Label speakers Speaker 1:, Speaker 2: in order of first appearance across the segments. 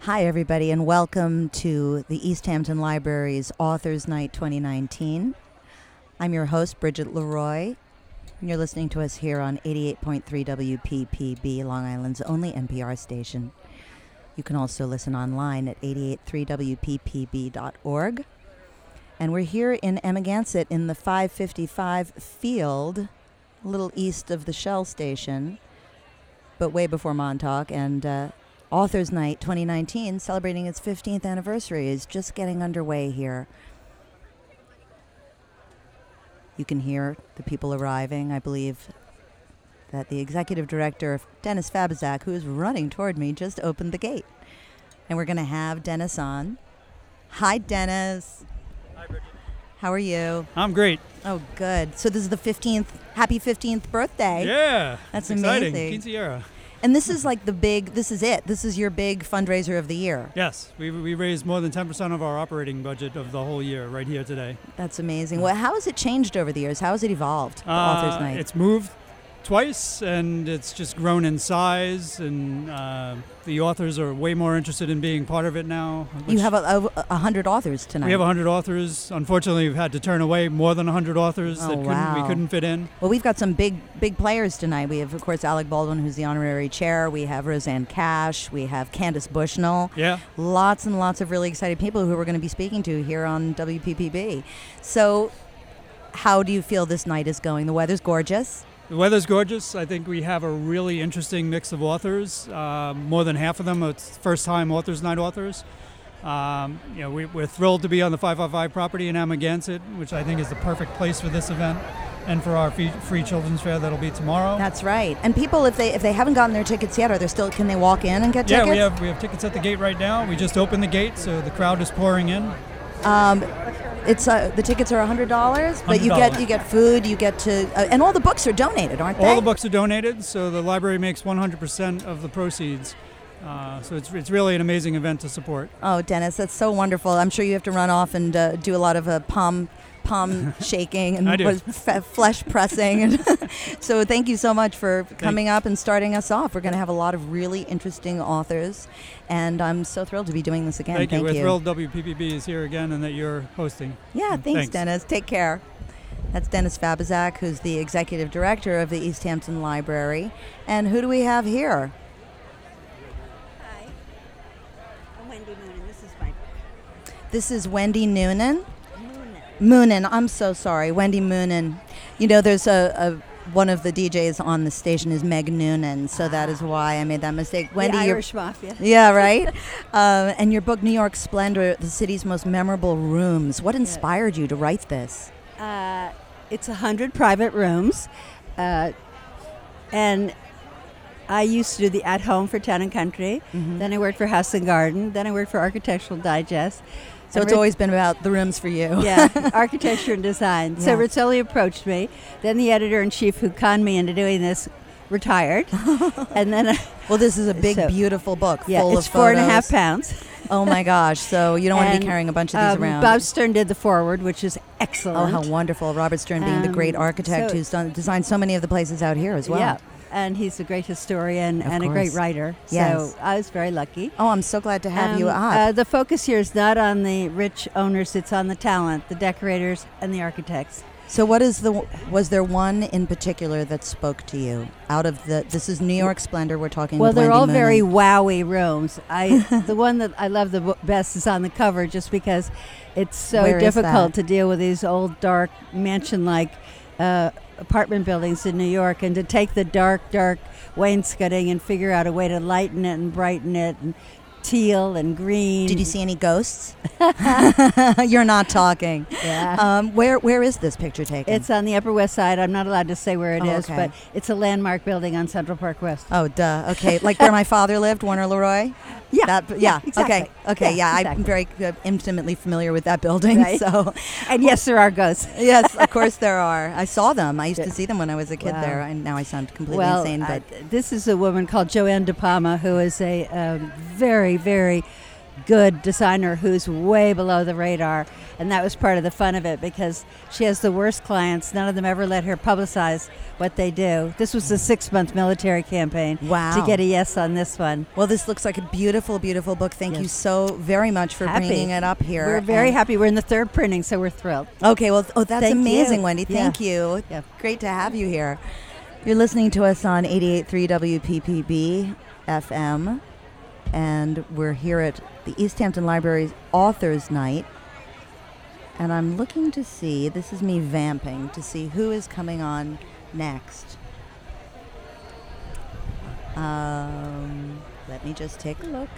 Speaker 1: Hi, everybody, and welcome to the East Hampton Library's Authors Night 2019. I'm your host, Bridget Leroy, and you're listening to us here on 88.3 WPPB, Long Island's only NPR station. You can also listen online at 883wppb.org. And we're here in Amagansett in the 555 field, a little east of the Shell station, but way before Montauk. And uh, Authors Night 2019, celebrating its 15th anniversary, is just getting underway here. You can hear the people arriving. I believe that the executive director, Dennis Fabizak, who is running toward me, just opened the gate. And we're going to have Dennis on. Hi, Dennis. How are you?
Speaker 2: I'm great.
Speaker 1: Oh, good. So this is the 15th. Happy 15th birthday.
Speaker 2: Yeah.
Speaker 1: That's
Speaker 2: exciting.
Speaker 1: amazing.
Speaker 2: Quinceañera.
Speaker 1: And this is like the big, this is it. This is your big fundraiser of the year.
Speaker 2: Yes, we, we raised more than 10% of our operating budget of the whole year right here today.
Speaker 1: That's amazing. Well, how has it changed over the years? How has it evolved, the Authors
Speaker 2: Uh,
Speaker 1: Night?
Speaker 2: It's moved twice and it's just grown in size, and uh, the authors are way more interested in being part of it now.
Speaker 1: you
Speaker 2: which-
Speaker 1: have a, a, a hundred authors tonight.
Speaker 2: we have 100 authors. Unfortunately, we've had to turn away more than 100 authors
Speaker 1: Oh,
Speaker 2: that couldn't,
Speaker 1: wow.
Speaker 2: we couldn't fit in.
Speaker 1: well, we've got some big, big players tonight. We have, of course, Alec Baldwin, who's the honorary chair. We have Roseanne Cash. We have Candace Bushnell.
Speaker 2: Yeah.
Speaker 1: Lots and lots of really excited people who we're going to be speaking to here on WPPB. So, how do you feel this night is going? The weather's gorgeous.
Speaker 2: The weather's gorgeous. I think we have a really interesting mix of authors. Uh, more than half of them are first-time authors, night authors. Um, you know, we, we're thrilled to be on the 555 property in Amagansett, which I think is the perfect place for this event and for our free, free children's fair that'll be tomorrow.
Speaker 1: That's right. And people, if they if they haven't gotten their tickets yet, are they still? Can they walk in and get
Speaker 2: yeah,
Speaker 1: tickets?
Speaker 2: we have we have tickets at the gate right now. We just opened the gate, so the crowd is pouring in.
Speaker 1: Um, It's uh, the tickets are hundred dollars, but you get
Speaker 2: $100.
Speaker 1: you get food, you get to, uh, and all the books are donated, aren't they?
Speaker 2: All the books are donated, so the library makes 100% of the proceeds. Uh, so it's, it's really an amazing event to support.
Speaker 1: Oh, Dennis, that's so wonderful. I'm sure you have to run off and uh, do a lot of uh, palm palm shaking and
Speaker 2: I do.
Speaker 1: what is it, fe- flesh pressing. And so thank you so much for coming up and starting us off. We're going to have a lot of really interesting authors, and I'm so thrilled to be doing this again.
Speaker 2: Thank, you. We're thrilled WPPB is here again and that you're hosting.
Speaker 1: Yeah,
Speaker 2: Mm,
Speaker 1: thanks, Dennis. Take care. That's Dennis Fabizak, who's the executive director of the East Hampton Library. And who do we have here?
Speaker 3: Hi. I'm Wendy Noonan. This is my
Speaker 1: This is Wendy Noonan.
Speaker 3: Noonan.
Speaker 1: Moonen, I'm so sorry, Wendy Moonen. You know, there's a, a one of the DJs on the station is Meg Noonan, so that is why I made that mistake. Wendy,
Speaker 3: the
Speaker 1: your-
Speaker 3: Irish Mafia.
Speaker 1: yeah, right. um, and your book, New York Splendor: The City's Most Memorable Rooms. What inspired you to write this?
Speaker 3: Uh, it's a hundred private rooms, uh, and I used to do the at home for Town and Country.
Speaker 1: Mm-hmm.
Speaker 3: Then I worked for House and Garden. Then I worked for Architectural Digest.
Speaker 1: So
Speaker 3: And
Speaker 1: it's
Speaker 3: Ri-
Speaker 1: always been about the rooms for you.
Speaker 3: yeah, architecture and design. So
Speaker 1: Yeah.
Speaker 3: Rizzoli approached me. Then the editor in chief who conned me into doing this retired, and then I,
Speaker 1: Well, this is a big,
Speaker 3: So-
Speaker 1: beautiful book.
Speaker 3: yeah,
Speaker 1: full
Speaker 3: it's
Speaker 1: of
Speaker 3: four and a
Speaker 1: photos.
Speaker 3: half pounds.
Speaker 1: Oh my gosh! So you don't want to be
Speaker 3: And,
Speaker 1: carrying a bunch of these
Speaker 3: um,
Speaker 1: around.
Speaker 3: Bob Stern did the forward, which is excellent.
Speaker 1: oh, how wonderful! Robert Stern being the great
Speaker 3: Um,
Speaker 1: architect
Speaker 3: so-
Speaker 1: who's done, designed so many of the places out here as well.
Speaker 3: Yeah, and he's a great historian
Speaker 1: Of
Speaker 3: and a great
Speaker 1: course.
Speaker 3: writer.
Speaker 1: Yes.
Speaker 3: So I was very lucky.
Speaker 1: Oh, I'm so glad to have you
Speaker 3: Um,
Speaker 1: up.
Speaker 3: Uh, the focus here is not on the rich owners; it's on the talent, the decorators, and the architects.
Speaker 1: So, what is the? Was there one in particular that spoke to you out of the? This is New York Splendor. We're talking.
Speaker 3: Well,
Speaker 1: with
Speaker 3: they're
Speaker 1: Wendy
Speaker 3: all
Speaker 1: Moonen.
Speaker 3: very wowy rooms. I the one that I love the bo- best is on the cover, just because it's so
Speaker 1: Where is that?
Speaker 3: difficult to deal with these old dark mansion-like uh, apartment buildings in New York, and to take the dark, dark wainscoting and figure out a way to lighten it and brighten it and teal and green.
Speaker 1: Did you see any ghosts? You're not talking.
Speaker 3: Yeah.
Speaker 1: Um, where Where is this picture taken?
Speaker 3: It's on the Upper West Side. I'm not allowed to say where it
Speaker 1: Oh,
Speaker 3: is,
Speaker 1: okay.
Speaker 3: but it's a landmark building on Central Park West.
Speaker 1: Oh, duh. Okay, like where my father lived, Warner Leroy.
Speaker 3: Yeah,
Speaker 1: That, yeah.
Speaker 3: yeah, exactly.
Speaker 1: Okay. Okay. Yeah.
Speaker 3: Yeah,
Speaker 1: I'm
Speaker 3: exactly.
Speaker 1: very uh, intimately familiar with that building.
Speaker 3: Right.
Speaker 1: So,
Speaker 3: And yes, there are ghosts.
Speaker 1: yes, of course there are. I saw them. I used to see them when I was a kid
Speaker 3: Wow.
Speaker 1: there, and now I sound completely
Speaker 3: well,
Speaker 1: insane.
Speaker 3: I-
Speaker 1: But
Speaker 3: this is a woman called Joanne De Palma, who is a um, very, very good designer who's way below the radar. And that was part of the fun of it because she has the worst clients. None of them ever let her publicize what they do. This was a six month military campaign
Speaker 1: Wow.
Speaker 3: to get a yes on this one.
Speaker 1: Well, this looks like a beautiful, beautiful book. Thank you
Speaker 3: Yes.
Speaker 1: so very much for
Speaker 3: Happy.
Speaker 1: bringing it up here.
Speaker 3: We're very
Speaker 1: And-
Speaker 3: happy. We're in the third printing, so we're thrilled.
Speaker 1: Okay, well, oh, that's
Speaker 3: Thank
Speaker 1: amazing,
Speaker 3: you.
Speaker 1: Wendy.
Speaker 3: Yeah.
Speaker 1: Thank you.
Speaker 3: Yeah.
Speaker 1: Great to have you here. You're listening to us on 88.3 WPPB FM, and we're here at the East Hampton Library's Authors Night. And I'm looking to see, this is me vamping, to see who is coming on next. Um, let me just take a look.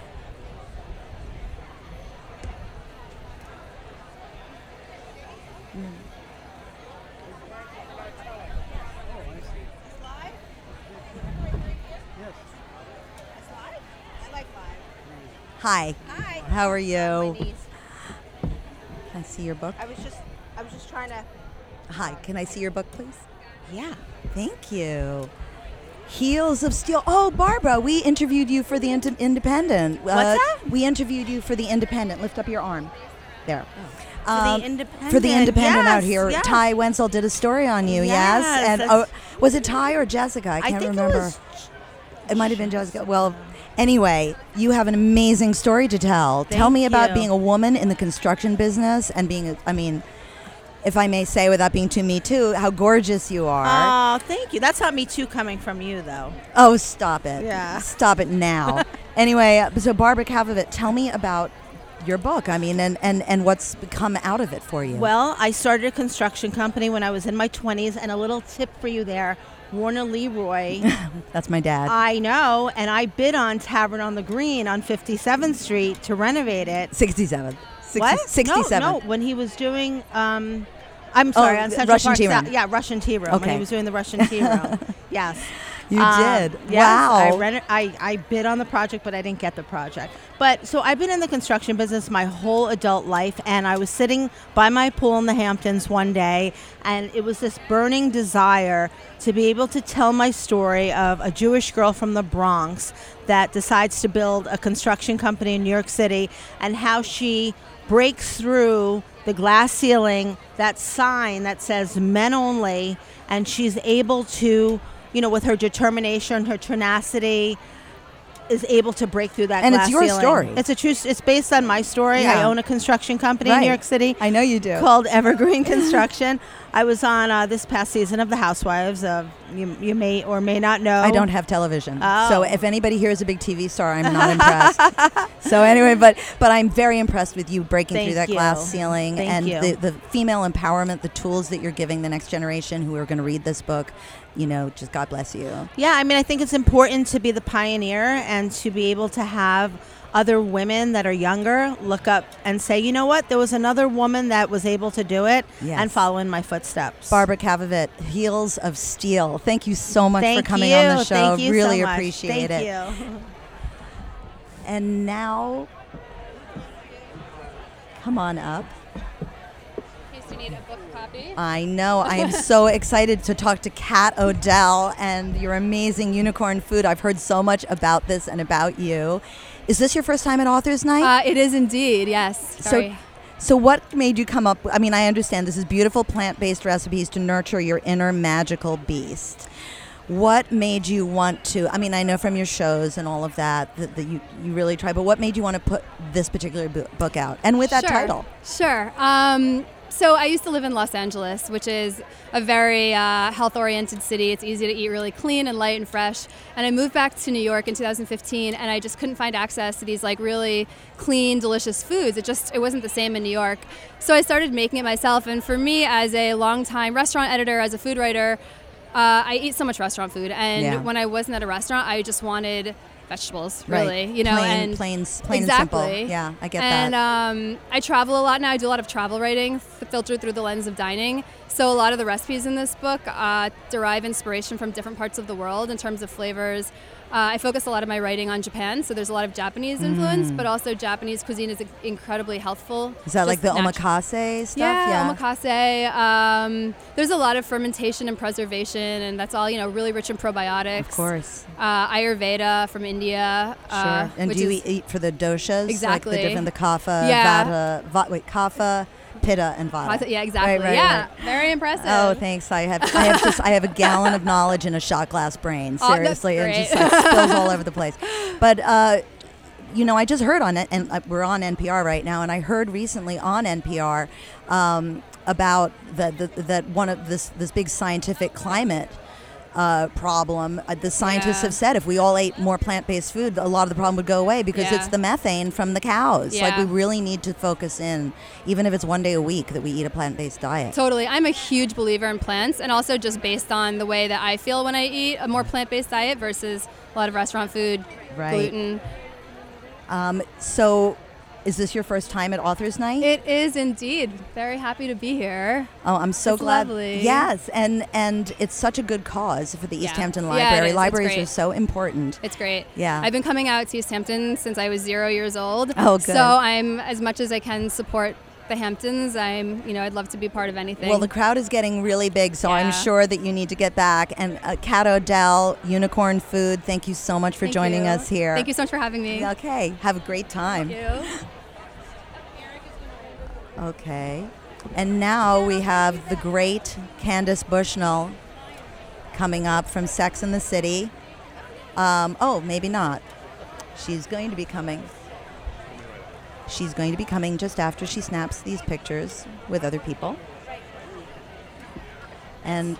Speaker 1: Hi,
Speaker 4: Hi.
Speaker 1: how are you?
Speaker 4: Wendy's.
Speaker 1: Can I see your book?
Speaker 4: I was just I was just trying to
Speaker 1: Hi, can I see your book, please?
Speaker 4: Yeah.
Speaker 1: Thank you. Heels of Steel. Oh, Barbara, we interviewed you for the Ind- Independent. What's
Speaker 4: that?
Speaker 1: We interviewed you for the Independent. Lift up your arm. There.
Speaker 4: the
Speaker 1: Um, For the
Speaker 4: Independent.
Speaker 1: Independent out
Speaker 4: Yes,
Speaker 1: here.
Speaker 4: yes.
Speaker 1: Ty Wenzel did a story on you, yes?
Speaker 4: Yes,
Speaker 1: And oh,
Speaker 4: that's-
Speaker 1: was it Ty or Jessica? I
Speaker 4: I
Speaker 1: can't
Speaker 4: think
Speaker 1: remember.
Speaker 4: it was
Speaker 1: It might have been Jessica. Well, anyway, you have an amazing story to tell. tell
Speaker 4: Thank
Speaker 1: me about
Speaker 4: you.
Speaker 1: being a woman in the construction business and being, a, I mean, if I may say without being too me too, how gorgeous you are.
Speaker 4: Oh, thank you. That's not me too coming from you though.
Speaker 1: Oh, stop it.
Speaker 4: Yeah.
Speaker 1: Stop it now. anyway, uh, so Barbara Kavovit, tell me about your book. I mean, and, and, and what's come out of it for you.
Speaker 4: Well, I started a construction company when I was in my 20s and a little tip for you there. Warner Leroy,
Speaker 1: That's my dad.
Speaker 4: I know, and I bid on Tavern on the Green on 57th Street to renovate it.
Speaker 1: 67. 60,
Speaker 4: what?
Speaker 1: 67.
Speaker 4: No, no, when he was doing, um, I'm sorry, on
Speaker 1: Oh, the
Speaker 4: Central
Speaker 1: Russian
Speaker 4: Park
Speaker 1: tea
Speaker 4: South-
Speaker 1: room.
Speaker 4: Yeah, Russian tea room. When
Speaker 1: Okay.
Speaker 4: he was doing the Russian tea room. Yes.
Speaker 1: You
Speaker 4: Um,
Speaker 1: did.
Speaker 4: yes, I,
Speaker 1: Wow.
Speaker 4: rent- I, I bid on the project, but I didn't get the project. But so I've been in the construction business my whole adult life, and I was sitting by my pool in the Hamptons one day, and it was this burning desire to be able to tell my story of a Jewish girl from the Bronx that decides to build a construction company in New York City and how she breaks through the glass ceiling, that sign that says men only, and she's able to, you know, with her determination, her tenacity, is able to break through that
Speaker 1: And it's
Speaker 4: glass
Speaker 1: your
Speaker 4: ceiling.
Speaker 1: story.
Speaker 4: It's a true s- it's based on my story. I
Speaker 1: Yeah.
Speaker 4: own a construction company in
Speaker 1: Right.
Speaker 4: New York City
Speaker 1: I know you do.
Speaker 4: called Evergreen Construction. I was on uh, this past season of The Housewives of you, you may or may not know.
Speaker 1: I don't have television. So
Speaker 4: Oh.
Speaker 1: if anybody here is a big TV star, I'm not impressed. So anyway, but but I'm very impressed with you breaking
Speaker 4: Thank
Speaker 1: through that
Speaker 4: you.
Speaker 1: glass ceiling
Speaker 4: Thank
Speaker 1: and
Speaker 4: you.
Speaker 1: The, the female empowerment, the tools that you're giving the next generation who are going to read this book. You know, just God bless you.
Speaker 4: Yeah, I mean, I think it's important to be the pioneer and to be able to have other women that are younger look up and say, you know what, there was another woman that was able to do it
Speaker 1: Yes.
Speaker 4: and follow in my footsteps.
Speaker 1: Barbara Kavovit, Heels of Steel. Thank you so much
Speaker 4: Thank
Speaker 1: for coming
Speaker 4: you.
Speaker 1: on the show.
Speaker 4: Thank you
Speaker 1: really
Speaker 4: so much.
Speaker 1: appreciate
Speaker 4: Thank
Speaker 1: it.
Speaker 4: you.
Speaker 1: And now, come on up.
Speaker 5: In case you need a book copy.
Speaker 1: I know. I am so excited to talk to Kat Odell and your amazing unicorn food. I've heard so much about this and about you. Is this your first time at Authors Night?
Speaker 5: Uh, it is indeed, yes. Sorry.
Speaker 1: So, what made you come up? I mean, I understand this is beautiful plant based recipes to nurture your inner magical beast. What made you want to? I mean, I know from your shows and all of that that, that you, you really try, but what made you want to put this particular bu- book out and with that
Speaker 5: Sure,
Speaker 1: title?
Speaker 5: Sure. Um, so I used to live in Los Angeles, which is a very uh, health-oriented city. It's easy to eat really clean and light and fresh. And I moved back to New York in 2015, and I just couldn't find access to these like really clean, delicious foods. It just it wasn't the same in New York. So I started making it myself. And for me, as a longtime restaurant editor, as a food writer, uh, I eat so much restaurant food. And
Speaker 1: Yeah.
Speaker 5: when I wasn't at a restaurant, I just wanted vegetables,
Speaker 1: Right.
Speaker 5: really. You know,
Speaker 1: plain,
Speaker 5: and
Speaker 1: plain, s- plain
Speaker 5: exactly.
Speaker 1: and simple. Yeah, I get
Speaker 5: and,
Speaker 1: that.
Speaker 5: um, I travel a lot now. I do a lot of travel writing, f- filtered through the lens of dining. So a lot of the recipes in this book uh, derive inspiration from different parts of the world in terms of flavors. Uh, I focus a lot of my writing on Japan, so there's a lot of Japanese influence,
Speaker 1: Mm.
Speaker 5: but also Japanese cuisine is incredibly healthful.
Speaker 1: Is that like the
Speaker 5: just natu-
Speaker 1: omakase stuff?
Speaker 5: yeah, omakase. Um, there's a lot of fermentation and preservation, and that's all you know, really rich in probiotics.
Speaker 1: Of course.
Speaker 5: Uh, Ayurveda from India. uh,
Speaker 1: sure. And
Speaker 5: which
Speaker 1: do you
Speaker 5: is-
Speaker 1: eat, eat for the doshas?
Speaker 5: Exactly.
Speaker 1: Like the different, the kapha,
Speaker 5: Yeah.
Speaker 1: vata, va- wait, kapha, pitta, and vata.
Speaker 5: Yeah, exactly.
Speaker 1: right,
Speaker 5: yeah,
Speaker 1: right.
Speaker 5: very impressive.
Speaker 1: Oh, thanks. I have I have just I have a gallon of knowledge in a shot glass brain.
Speaker 5: Oh, that's
Speaker 1: Seriously, it just
Speaker 5: great.
Speaker 1: like spills all over the place. But uh, you know, I just heard on it, and uh, we're on NPR right now, and I heard recently on NPR um, about the, the that one of this this big scientific climate. Uh, problem. Uh, the scientists
Speaker 5: Yeah.
Speaker 1: have said if we all ate more plant-based food, a lot of the problem would go away because
Speaker 5: Yeah.
Speaker 1: it's the methane from the cows. Like
Speaker 5: Yeah.
Speaker 1: we really need to focus in, even if it's one day a week that we eat a plant-based diet.
Speaker 5: Totally. I'm a huge believer in plants and also just based on the way that I feel when I eat a more plant based diet versus a lot of restaurant food,
Speaker 1: Right.
Speaker 5: gluten.
Speaker 1: Um, so, is this your first time at Authors Night?
Speaker 5: It is indeed. Very happy to be here.
Speaker 1: oh, I'm so
Speaker 5: it's
Speaker 1: glad.
Speaker 5: lovely.
Speaker 1: Yes, and and it's such a good cause for the East
Speaker 5: Yeah.
Speaker 1: Hampton
Speaker 5: Yeah, it
Speaker 1: Library.
Speaker 5: is. It's
Speaker 1: Libraries are
Speaker 5: great.
Speaker 1: so important.
Speaker 5: It's great.
Speaker 1: Yeah.
Speaker 5: I've been coming out to East Hampton since I was zero years old.
Speaker 1: Oh, good.
Speaker 5: So I'm, as much as I can, support the Hamptons. I'm, you know, I'd love to be part of anything.
Speaker 1: Well, the crowd is getting really big, so I'm
Speaker 5: Yeah.
Speaker 1: sure that you need to get back. And uh, Kat Odell, Unicorn Food, thank you so much for
Speaker 5: Thank
Speaker 1: joining
Speaker 5: you.
Speaker 1: us here.
Speaker 5: Thank you so much for having me.
Speaker 1: Okay, have a great time.
Speaker 5: Thank you.
Speaker 1: Okay. And now we have the great Candace Bushnell coming up from Sex and the City. Um, oh, maybe not. She's going to be coming. She's going to be coming just after she snaps these pictures with other people. And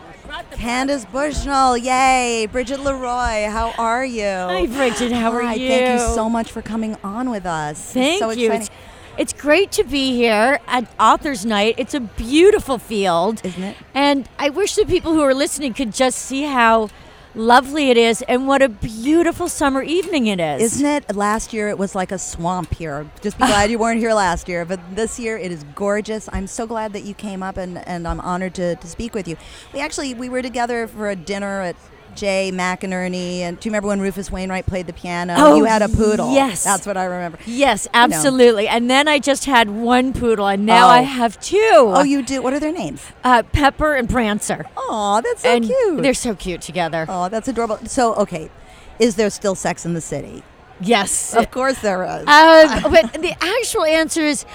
Speaker 1: Candace Bushnell, yay! Bridget Leroy, how are you?
Speaker 6: Hi, Bridget. How are
Speaker 1: Hi,
Speaker 6: you?
Speaker 1: Thank you so much for coming on with us. It's
Speaker 6: Thank
Speaker 1: so
Speaker 6: you.
Speaker 1: exciting.
Speaker 6: It's, it's great to be here at Authors Night. It's a beautiful field,
Speaker 1: Isn't it?
Speaker 6: and I wish the people who are listening could just see how lovely it is and what a beautiful summer evening it is.
Speaker 1: Isn't it? Last year it was like a swamp here. Just be glad you weren't here last year. But this year it is gorgeous. I'm so glad that you came up and, and I'm honored to, to speak with you. We actually we were together for a dinner at Jay McInerney and do you remember when Rufus Wainwright played the piano?
Speaker 6: Oh,
Speaker 1: you had a poodle.
Speaker 6: yes.
Speaker 1: That's what I remember.
Speaker 6: Yes, absolutely. And then I just had one poodle, and now
Speaker 1: Oh.
Speaker 6: I have two.
Speaker 1: Oh, you do what are their names?
Speaker 6: uh, Pepper and Prancer.
Speaker 1: Oh, that's so
Speaker 6: and
Speaker 1: cute.
Speaker 6: They're so cute together.
Speaker 1: oh, that's adorable. So okay. Is there still sex in the city?
Speaker 6: Yes.
Speaker 1: Of course there is.
Speaker 6: Um, but the actual answer is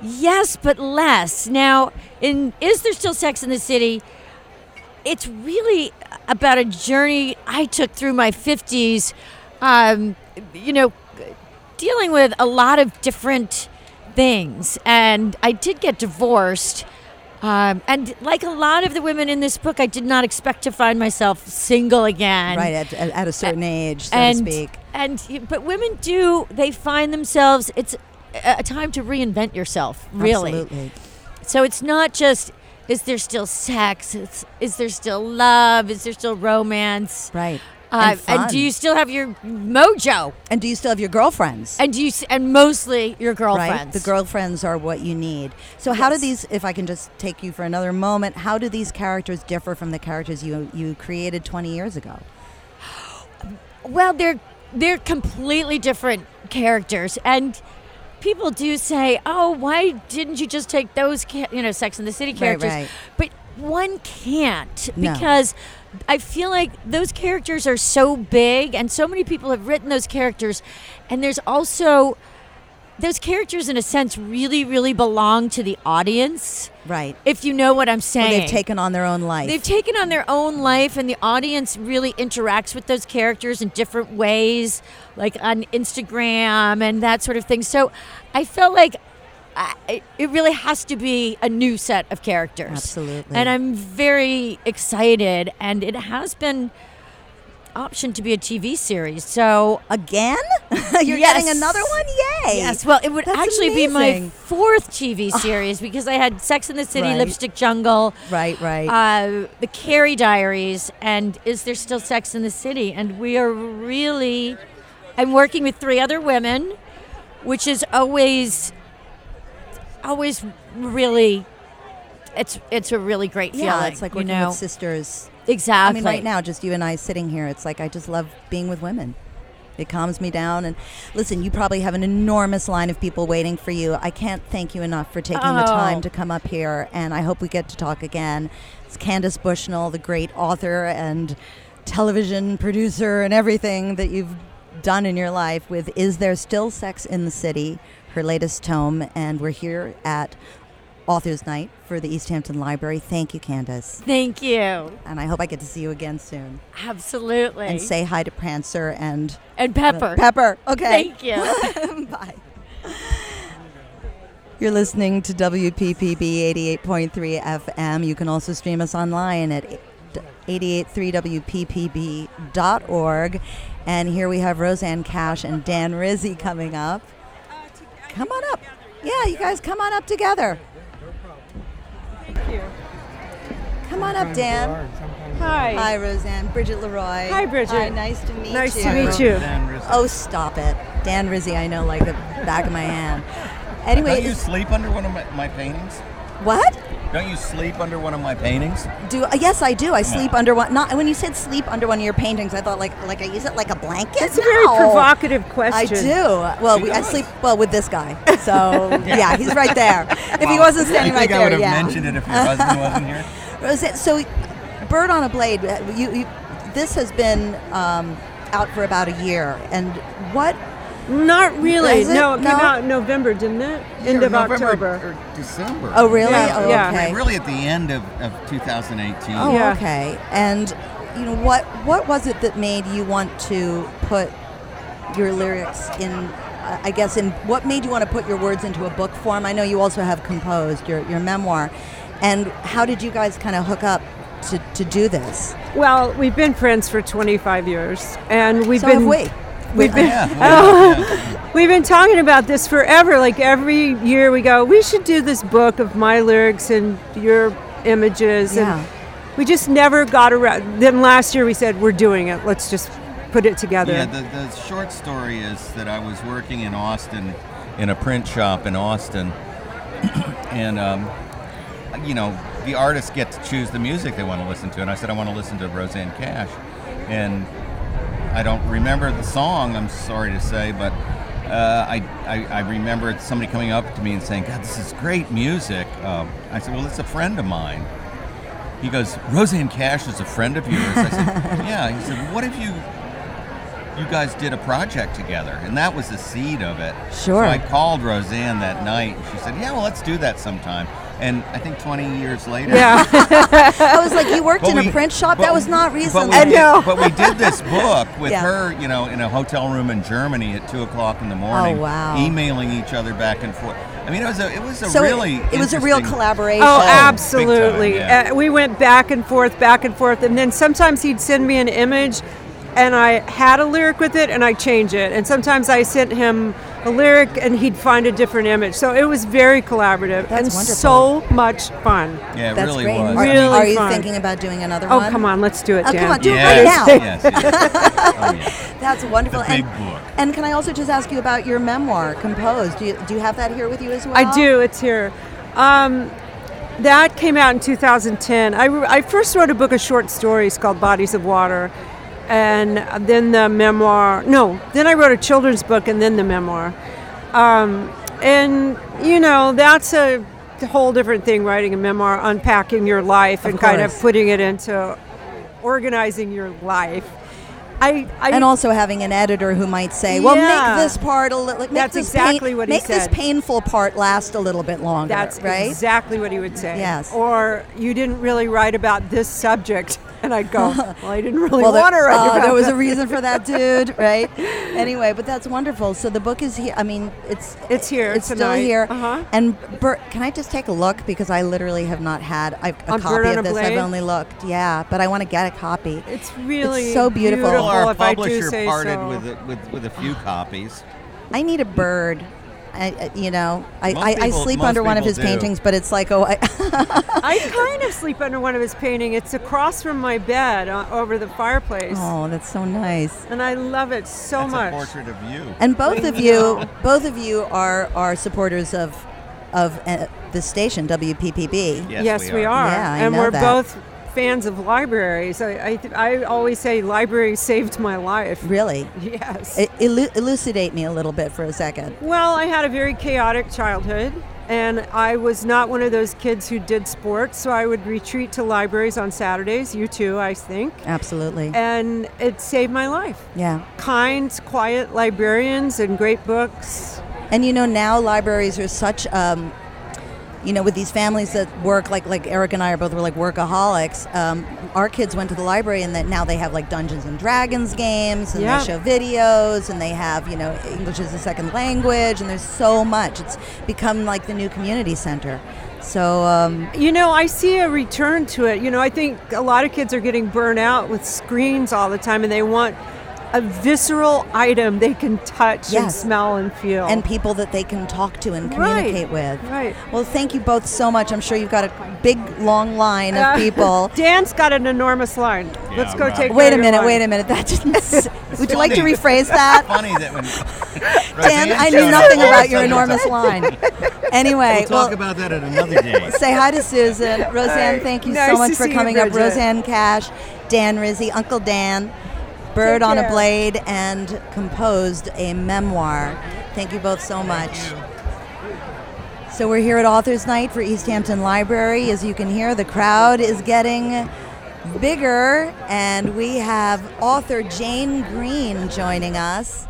Speaker 6: yes, but less. Now, in is there still sex in the city? It's really about a journey I took through my fifties. Um, you know, dealing with a lot of different things, and I did get divorced. Um, and like a lot of the women in this book, I did not expect to find myself single again
Speaker 1: right at, at, at a certain age, so
Speaker 6: and,
Speaker 1: to speak.
Speaker 6: And but women do they find themselves it's a a time to reinvent yourself, really.
Speaker 1: Absolutely.
Speaker 6: So it's not just is there still sex? It's, is there still love? Is there still romance?
Speaker 1: Right.
Speaker 6: Uh,
Speaker 1: and,
Speaker 6: do you
Speaker 1: fun.
Speaker 6: still have your mojo?
Speaker 1: and do you still have your girlfriends?
Speaker 6: And do you s- and mostly your girlfriends?
Speaker 1: Right? The girlfriends are what you need. So how do
Speaker 6: Yes.
Speaker 1: these if I can just take you for another moment, how do these characters differ from the characters you you created 20 years ago?
Speaker 6: Well, they're they're completely different characters, and people do say, "Oh, why didn't you just take those, ca- you know, Sex and the City characters?"
Speaker 1: right.
Speaker 6: But one can't
Speaker 1: No.
Speaker 6: because I feel like those characters are so big, and so many people have written those characters, and there's also those characters, in a sense, really, really belong to the audience.
Speaker 1: Right.
Speaker 6: If you know what I'm
Speaker 1: Well,
Speaker 6: saying,
Speaker 1: they've taken on their own life.
Speaker 6: They've taken on their own life, and the audience really interacts with those characters in different ways, like on Instagram and that sort of thing. So I felt like I, it- it really has to be a new set of characters.
Speaker 1: Absolutely.
Speaker 6: And I'm very excited, and it has been optioned to be a TV series. So
Speaker 1: Again? You're
Speaker 6: Yes.
Speaker 1: getting another one? Yay.
Speaker 6: Yes, well, it would
Speaker 1: That's
Speaker 6: actually be my
Speaker 1: amazing. Ah.
Speaker 6: fourth TV series because I had Sex in the City,
Speaker 1: Right.
Speaker 6: Lipstick Jungle,
Speaker 1: Right, right.
Speaker 6: uh, the Carrie Diaries, and Is There Still Sex in the City? And we are really, I'm working with three other women, which is always, always really, it's it's a really great feeling.
Speaker 1: yeah, it's like
Speaker 6: you
Speaker 1: working
Speaker 6: know?
Speaker 1: with sisters I
Speaker 6: Exactly.
Speaker 1: mean, right now, just you and I sitting here, it's like I just love being with women. It calms me down. And listen, you probably have an enormous line of people waiting for you. I can't thank you enough for taking the
Speaker 6: Oh.
Speaker 1: time to come up here, and I hope we get to talk again. It's Candace Bushnell, the great author and television producer, and everything that you've done in your life with Is There Still Sex in the City, her latest tome. And we're here at Authors Night for the East Hampton Library. Thank you, Candace.
Speaker 6: Thank you.
Speaker 1: And I hope I get to see you again soon
Speaker 6: Absolutely.
Speaker 1: and say hi to Prancer and
Speaker 6: And pepper.
Speaker 1: Pepper. Okay.
Speaker 6: Thank you.
Speaker 1: Bye. You're listening to WPPB 88.3 FM. You can also stream us online at 883WPPB.org. And here we have Roseanne Cash and Dan Rizzi coming up. Come on up. Yeah, you guys come on up together. Thank you. Come on up, Dan.
Speaker 7: Hi.
Speaker 1: Hi, Roseanne. Bridget Leroy.
Speaker 7: Hi, Bridget.
Speaker 1: Hi, nice to meet
Speaker 7: Nice
Speaker 1: you.
Speaker 7: to meet you.
Speaker 1: Oh, stop it. Dan Rizzi, I know like the back of my hand. Anyway,
Speaker 8: Don't you sleep under one of my, my paintings?
Speaker 1: what?
Speaker 8: Don't you sleep under one of my paintings?
Speaker 1: Do uh, yes, I do. I sleep under one. Not when you said sleep under one of your paintings, I thought like like I use it like a blanket.
Speaker 7: It's a very
Speaker 1: No.
Speaker 7: provocative
Speaker 1: I
Speaker 7: question.
Speaker 1: do. Well, we, I sleep well with this guy. So yeah, he's right there. If he
Speaker 8: Wow.
Speaker 1: wasn't standing
Speaker 8: I think
Speaker 1: right
Speaker 8: I
Speaker 1: there,
Speaker 8: would have
Speaker 1: yeah.
Speaker 8: mentioned it if your husband wasn't here.
Speaker 1: Rosette, so Bird on a Blade, uh, you, you this has been um, out for about a year, and what?
Speaker 7: Not really.
Speaker 1: Is it?
Speaker 7: No, it came
Speaker 1: No?
Speaker 7: out in November, didn't it? End
Speaker 8: Or
Speaker 7: of
Speaker 8: November
Speaker 7: October.
Speaker 8: Or December.
Speaker 1: Oh, really?
Speaker 7: Yeah,
Speaker 1: oh,
Speaker 7: yeah.
Speaker 1: okay.
Speaker 8: Really at the end of, of 2018.
Speaker 1: Oh,
Speaker 7: Yeah.
Speaker 1: okay. And you know what? What was it that made you want to put your lyrics in? uh, I guess in what made you want to put your words into a book form? I know you also have composed your, your memoir, and how did you guys kind of hook up to, to do this?
Speaker 7: Well, we've been friends for 25 years, and we've
Speaker 1: so
Speaker 7: been
Speaker 1: have we.
Speaker 7: we've been
Speaker 8: Yeah, well, yeah.
Speaker 7: We've been talking about this forever. Like every year, we go, we should do this book of my lyrics and your images.
Speaker 1: Yeah.
Speaker 7: And we just never got around. Then last year, we said, we're doing it. Let's just put it together.
Speaker 8: Yeah, the, the short story is that I was working in Austin in a print shop in Austin, and um, you know the artists get to choose the music they want to listen to, and I said I want to listen to Roseanne Cash, and I don't remember the song. I'm sorry to say, but uh, I, I I remember somebody coming up to me and saying, "God, this is great music." Um, I said, "Well, it's a friend of mine." He goes, "Roseanne Cash is a friend of yours." I said, "Yeah." He said, "What if you you guys did a project together, and that was the seed of it.
Speaker 1: Sure.
Speaker 8: So I called Roseanne that night, and she said, "Yeah, well, let's do that sometime." And I think 20 years later,
Speaker 7: Yeah.
Speaker 1: I was like, you worked
Speaker 8: but
Speaker 1: in
Speaker 8: we-
Speaker 1: a print shop.
Speaker 8: but
Speaker 1: That
Speaker 8: we-
Speaker 1: was not
Speaker 8: but we
Speaker 1: recently.
Speaker 8: did- But we did this book with
Speaker 1: Yeah.
Speaker 8: her, you know, in a hotel room in Germany at two o'clock in the morning.
Speaker 1: Oh, wow.
Speaker 8: Emailing each other back and forth. I mean, it was a it was a
Speaker 1: so it-
Speaker 8: really
Speaker 1: it, was a real
Speaker 8: interesting-
Speaker 1: collaboration.
Speaker 7: Oh,
Speaker 8: big time,
Speaker 7: absolutely.
Speaker 8: yeah.
Speaker 7: Uh, we went back and forth, back and forth. And then sometimes he'd send me an image and I had a lyric with it and I change it. And sometimes I sent him a lyric and he'd find a different image. So it was very collaborative and
Speaker 1: wonderful.
Speaker 7: so much fun.
Speaker 8: Yeah, it
Speaker 1: That's
Speaker 8: really
Speaker 1: great.
Speaker 8: was.
Speaker 1: Are,
Speaker 7: Really
Speaker 1: are you
Speaker 7: fun.
Speaker 1: thinking about doing another
Speaker 7: Oh,
Speaker 1: one?
Speaker 7: come on, let's do it,
Speaker 1: Oh,
Speaker 7: Dan.
Speaker 1: come on, do it
Speaker 8: Yes,
Speaker 1: right now.
Speaker 8: yes, yes. Oh, yeah.
Speaker 1: That's wonderful.
Speaker 8: The big
Speaker 1: and,
Speaker 8: book.
Speaker 1: And can I also just ask you about your memoir, Composed? Do you, do you have that here with you as well?
Speaker 7: I do. It's here. Um, that came out in 2010. I, I first wrote a book of short stories called Bodies of Water, and then the memoir. No, then I wrote a children's book and then the memoir. Um, and, you know, that's a whole different thing writing a memoir, unpacking your life and kind of
Speaker 1: course.
Speaker 7: putting it into organizing your life. I, I
Speaker 1: And also having an editor who might say, "Well,
Speaker 7: Yeah.
Speaker 1: make this part a little. Make
Speaker 7: That's
Speaker 1: this
Speaker 7: exactly what he
Speaker 1: make this
Speaker 7: said.
Speaker 1: painful part last a little bit longer."
Speaker 7: That's
Speaker 1: right.
Speaker 7: exactly what he would say.
Speaker 1: Yes.
Speaker 7: Or you didn't really write about this subject, and I'd go, "Well, I didn't really
Speaker 1: well, there,
Speaker 7: want to write
Speaker 1: oh,
Speaker 7: about
Speaker 1: there was
Speaker 7: that."
Speaker 1: a reason for that, dude. Right. anyway, but that's wonderful. So the book is here. I mean, it's
Speaker 7: It's here
Speaker 1: It's still
Speaker 7: tonight.
Speaker 1: here.
Speaker 7: Uh-huh.
Speaker 1: And Bert, can I just take a look because I literally have not had I've, a
Speaker 7: On Bird
Speaker 1: copy
Speaker 7: on
Speaker 1: of
Speaker 7: a
Speaker 1: this. I've
Speaker 7: Blade?
Speaker 1: only looked. Yeah, but I want to get a copy.
Speaker 7: It's really
Speaker 1: so beautiful.
Speaker 8: Well, our
Speaker 7: if I do
Speaker 8: publisher
Speaker 7: say
Speaker 8: parted
Speaker 7: so.
Speaker 8: with, a, with with a few copies.
Speaker 1: I need a bird. I, I- you know, I,
Speaker 8: Most
Speaker 1: I, I
Speaker 8: people-
Speaker 1: sleep
Speaker 8: most
Speaker 1: under one of
Speaker 8: people
Speaker 1: his
Speaker 8: do.
Speaker 1: paintings, but it's like, oh, I,
Speaker 7: I kind of sleep under one of his paintings. It's across from my bed uh, over the fireplace,
Speaker 1: oh, that's so nice.
Speaker 7: and I love it so
Speaker 8: That's
Speaker 7: much.
Speaker 8: a portrait of you.
Speaker 1: And both of you, both of you are are supporters of of uh, the station WPPB.
Speaker 7: Yes, we are,
Speaker 1: Yeah, I
Speaker 7: and
Speaker 1: know
Speaker 7: we're
Speaker 1: that.
Speaker 7: both fans of libraries. I, I, th- I always say libraries saved my life.
Speaker 1: Really?
Speaker 7: Yes.
Speaker 1: E- elu- elucidate me a little bit for a second.
Speaker 7: Well, I had a very chaotic childhood, and I was not one of those kids who did sports, so I would retreat to libraries on Saturdays, you too, I think.
Speaker 1: Absolutely.
Speaker 7: And it saved my life.
Speaker 1: Yeah.
Speaker 7: Kind, quiet librarians and great books.
Speaker 1: And you know, now libraries are such, um, you know, with these families that work, like like Eric and I are both were like workaholics. Um, our kids went to the library, and that now they have like Dungeons and Dragons games, and
Speaker 7: Yeah.
Speaker 1: they show videos, and they have you know English as a second language, and there's so much. It's become like the new community center. So um,
Speaker 7: You know, I see a return to it. You know, I think a lot of kids are getting burnt out with screens all the time, and they want a visceral item they can touch and
Speaker 1: Yes.
Speaker 7: smell and feel.
Speaker 1: and people that they can talk to and communicate with.
Speaker 7: right.
Speaker 1: Well, thank you both so much. I'm sure you've got a big long line of
Speaker 7: Uh,
Speaker 1: people.
Speaker 7: Dan's got an enormous line. Let's go
Speaker 8: right.
Speaker 7: take.
Speaker 1: Wait a
Speaker 7: your
Speaker 1: minute,
Speaker 7: line.
Speaker 1: wait a minute. That didn't. s- Would you like to
Speaker 8: funny.
Speaker 1: rephrase that?
Speaker 8: Funny that when
Speaker 1: Dan,
Speaker 8: Roseanne
Speaker 1: I
Speaker 8: showed
Speaker 1: knew
Speaker 8: up,
Speaker 1: nothing
Speaker 8: all of a
Speaker 1: about your
Speaker 8: sudden it's
Speaker 1: enormous
Speaker 8: like,
Speaker 1: line. Anyway,
Speaker 8: We'll talk
Speaker 1: well,
Speaker 8: about that at another day.
Speaker 1: say hi to Susan. Roseanne,
Speaker 7: right.
Speaker 1: thank you
Speaker 7: Nice
Speaker 1: so
Speaker 7: to
Speaker 1: much for
Speaker 7: see you,
Speaker 1: coming up.
Speaker 7: Bridget.
Speaker 1: Roseanne Cash, Dan Rizzi, Uncle Dan, Bird
Speaker 7: Take
Speaker 1: on a
Speaker 7: care.
Speaker 1: Blade, and composed a memoir. Thank you both so much. So we're here at Authors Night for East Hampton Library. As you can hear, the crowd is getting bigger, and we have author Jane Green joining us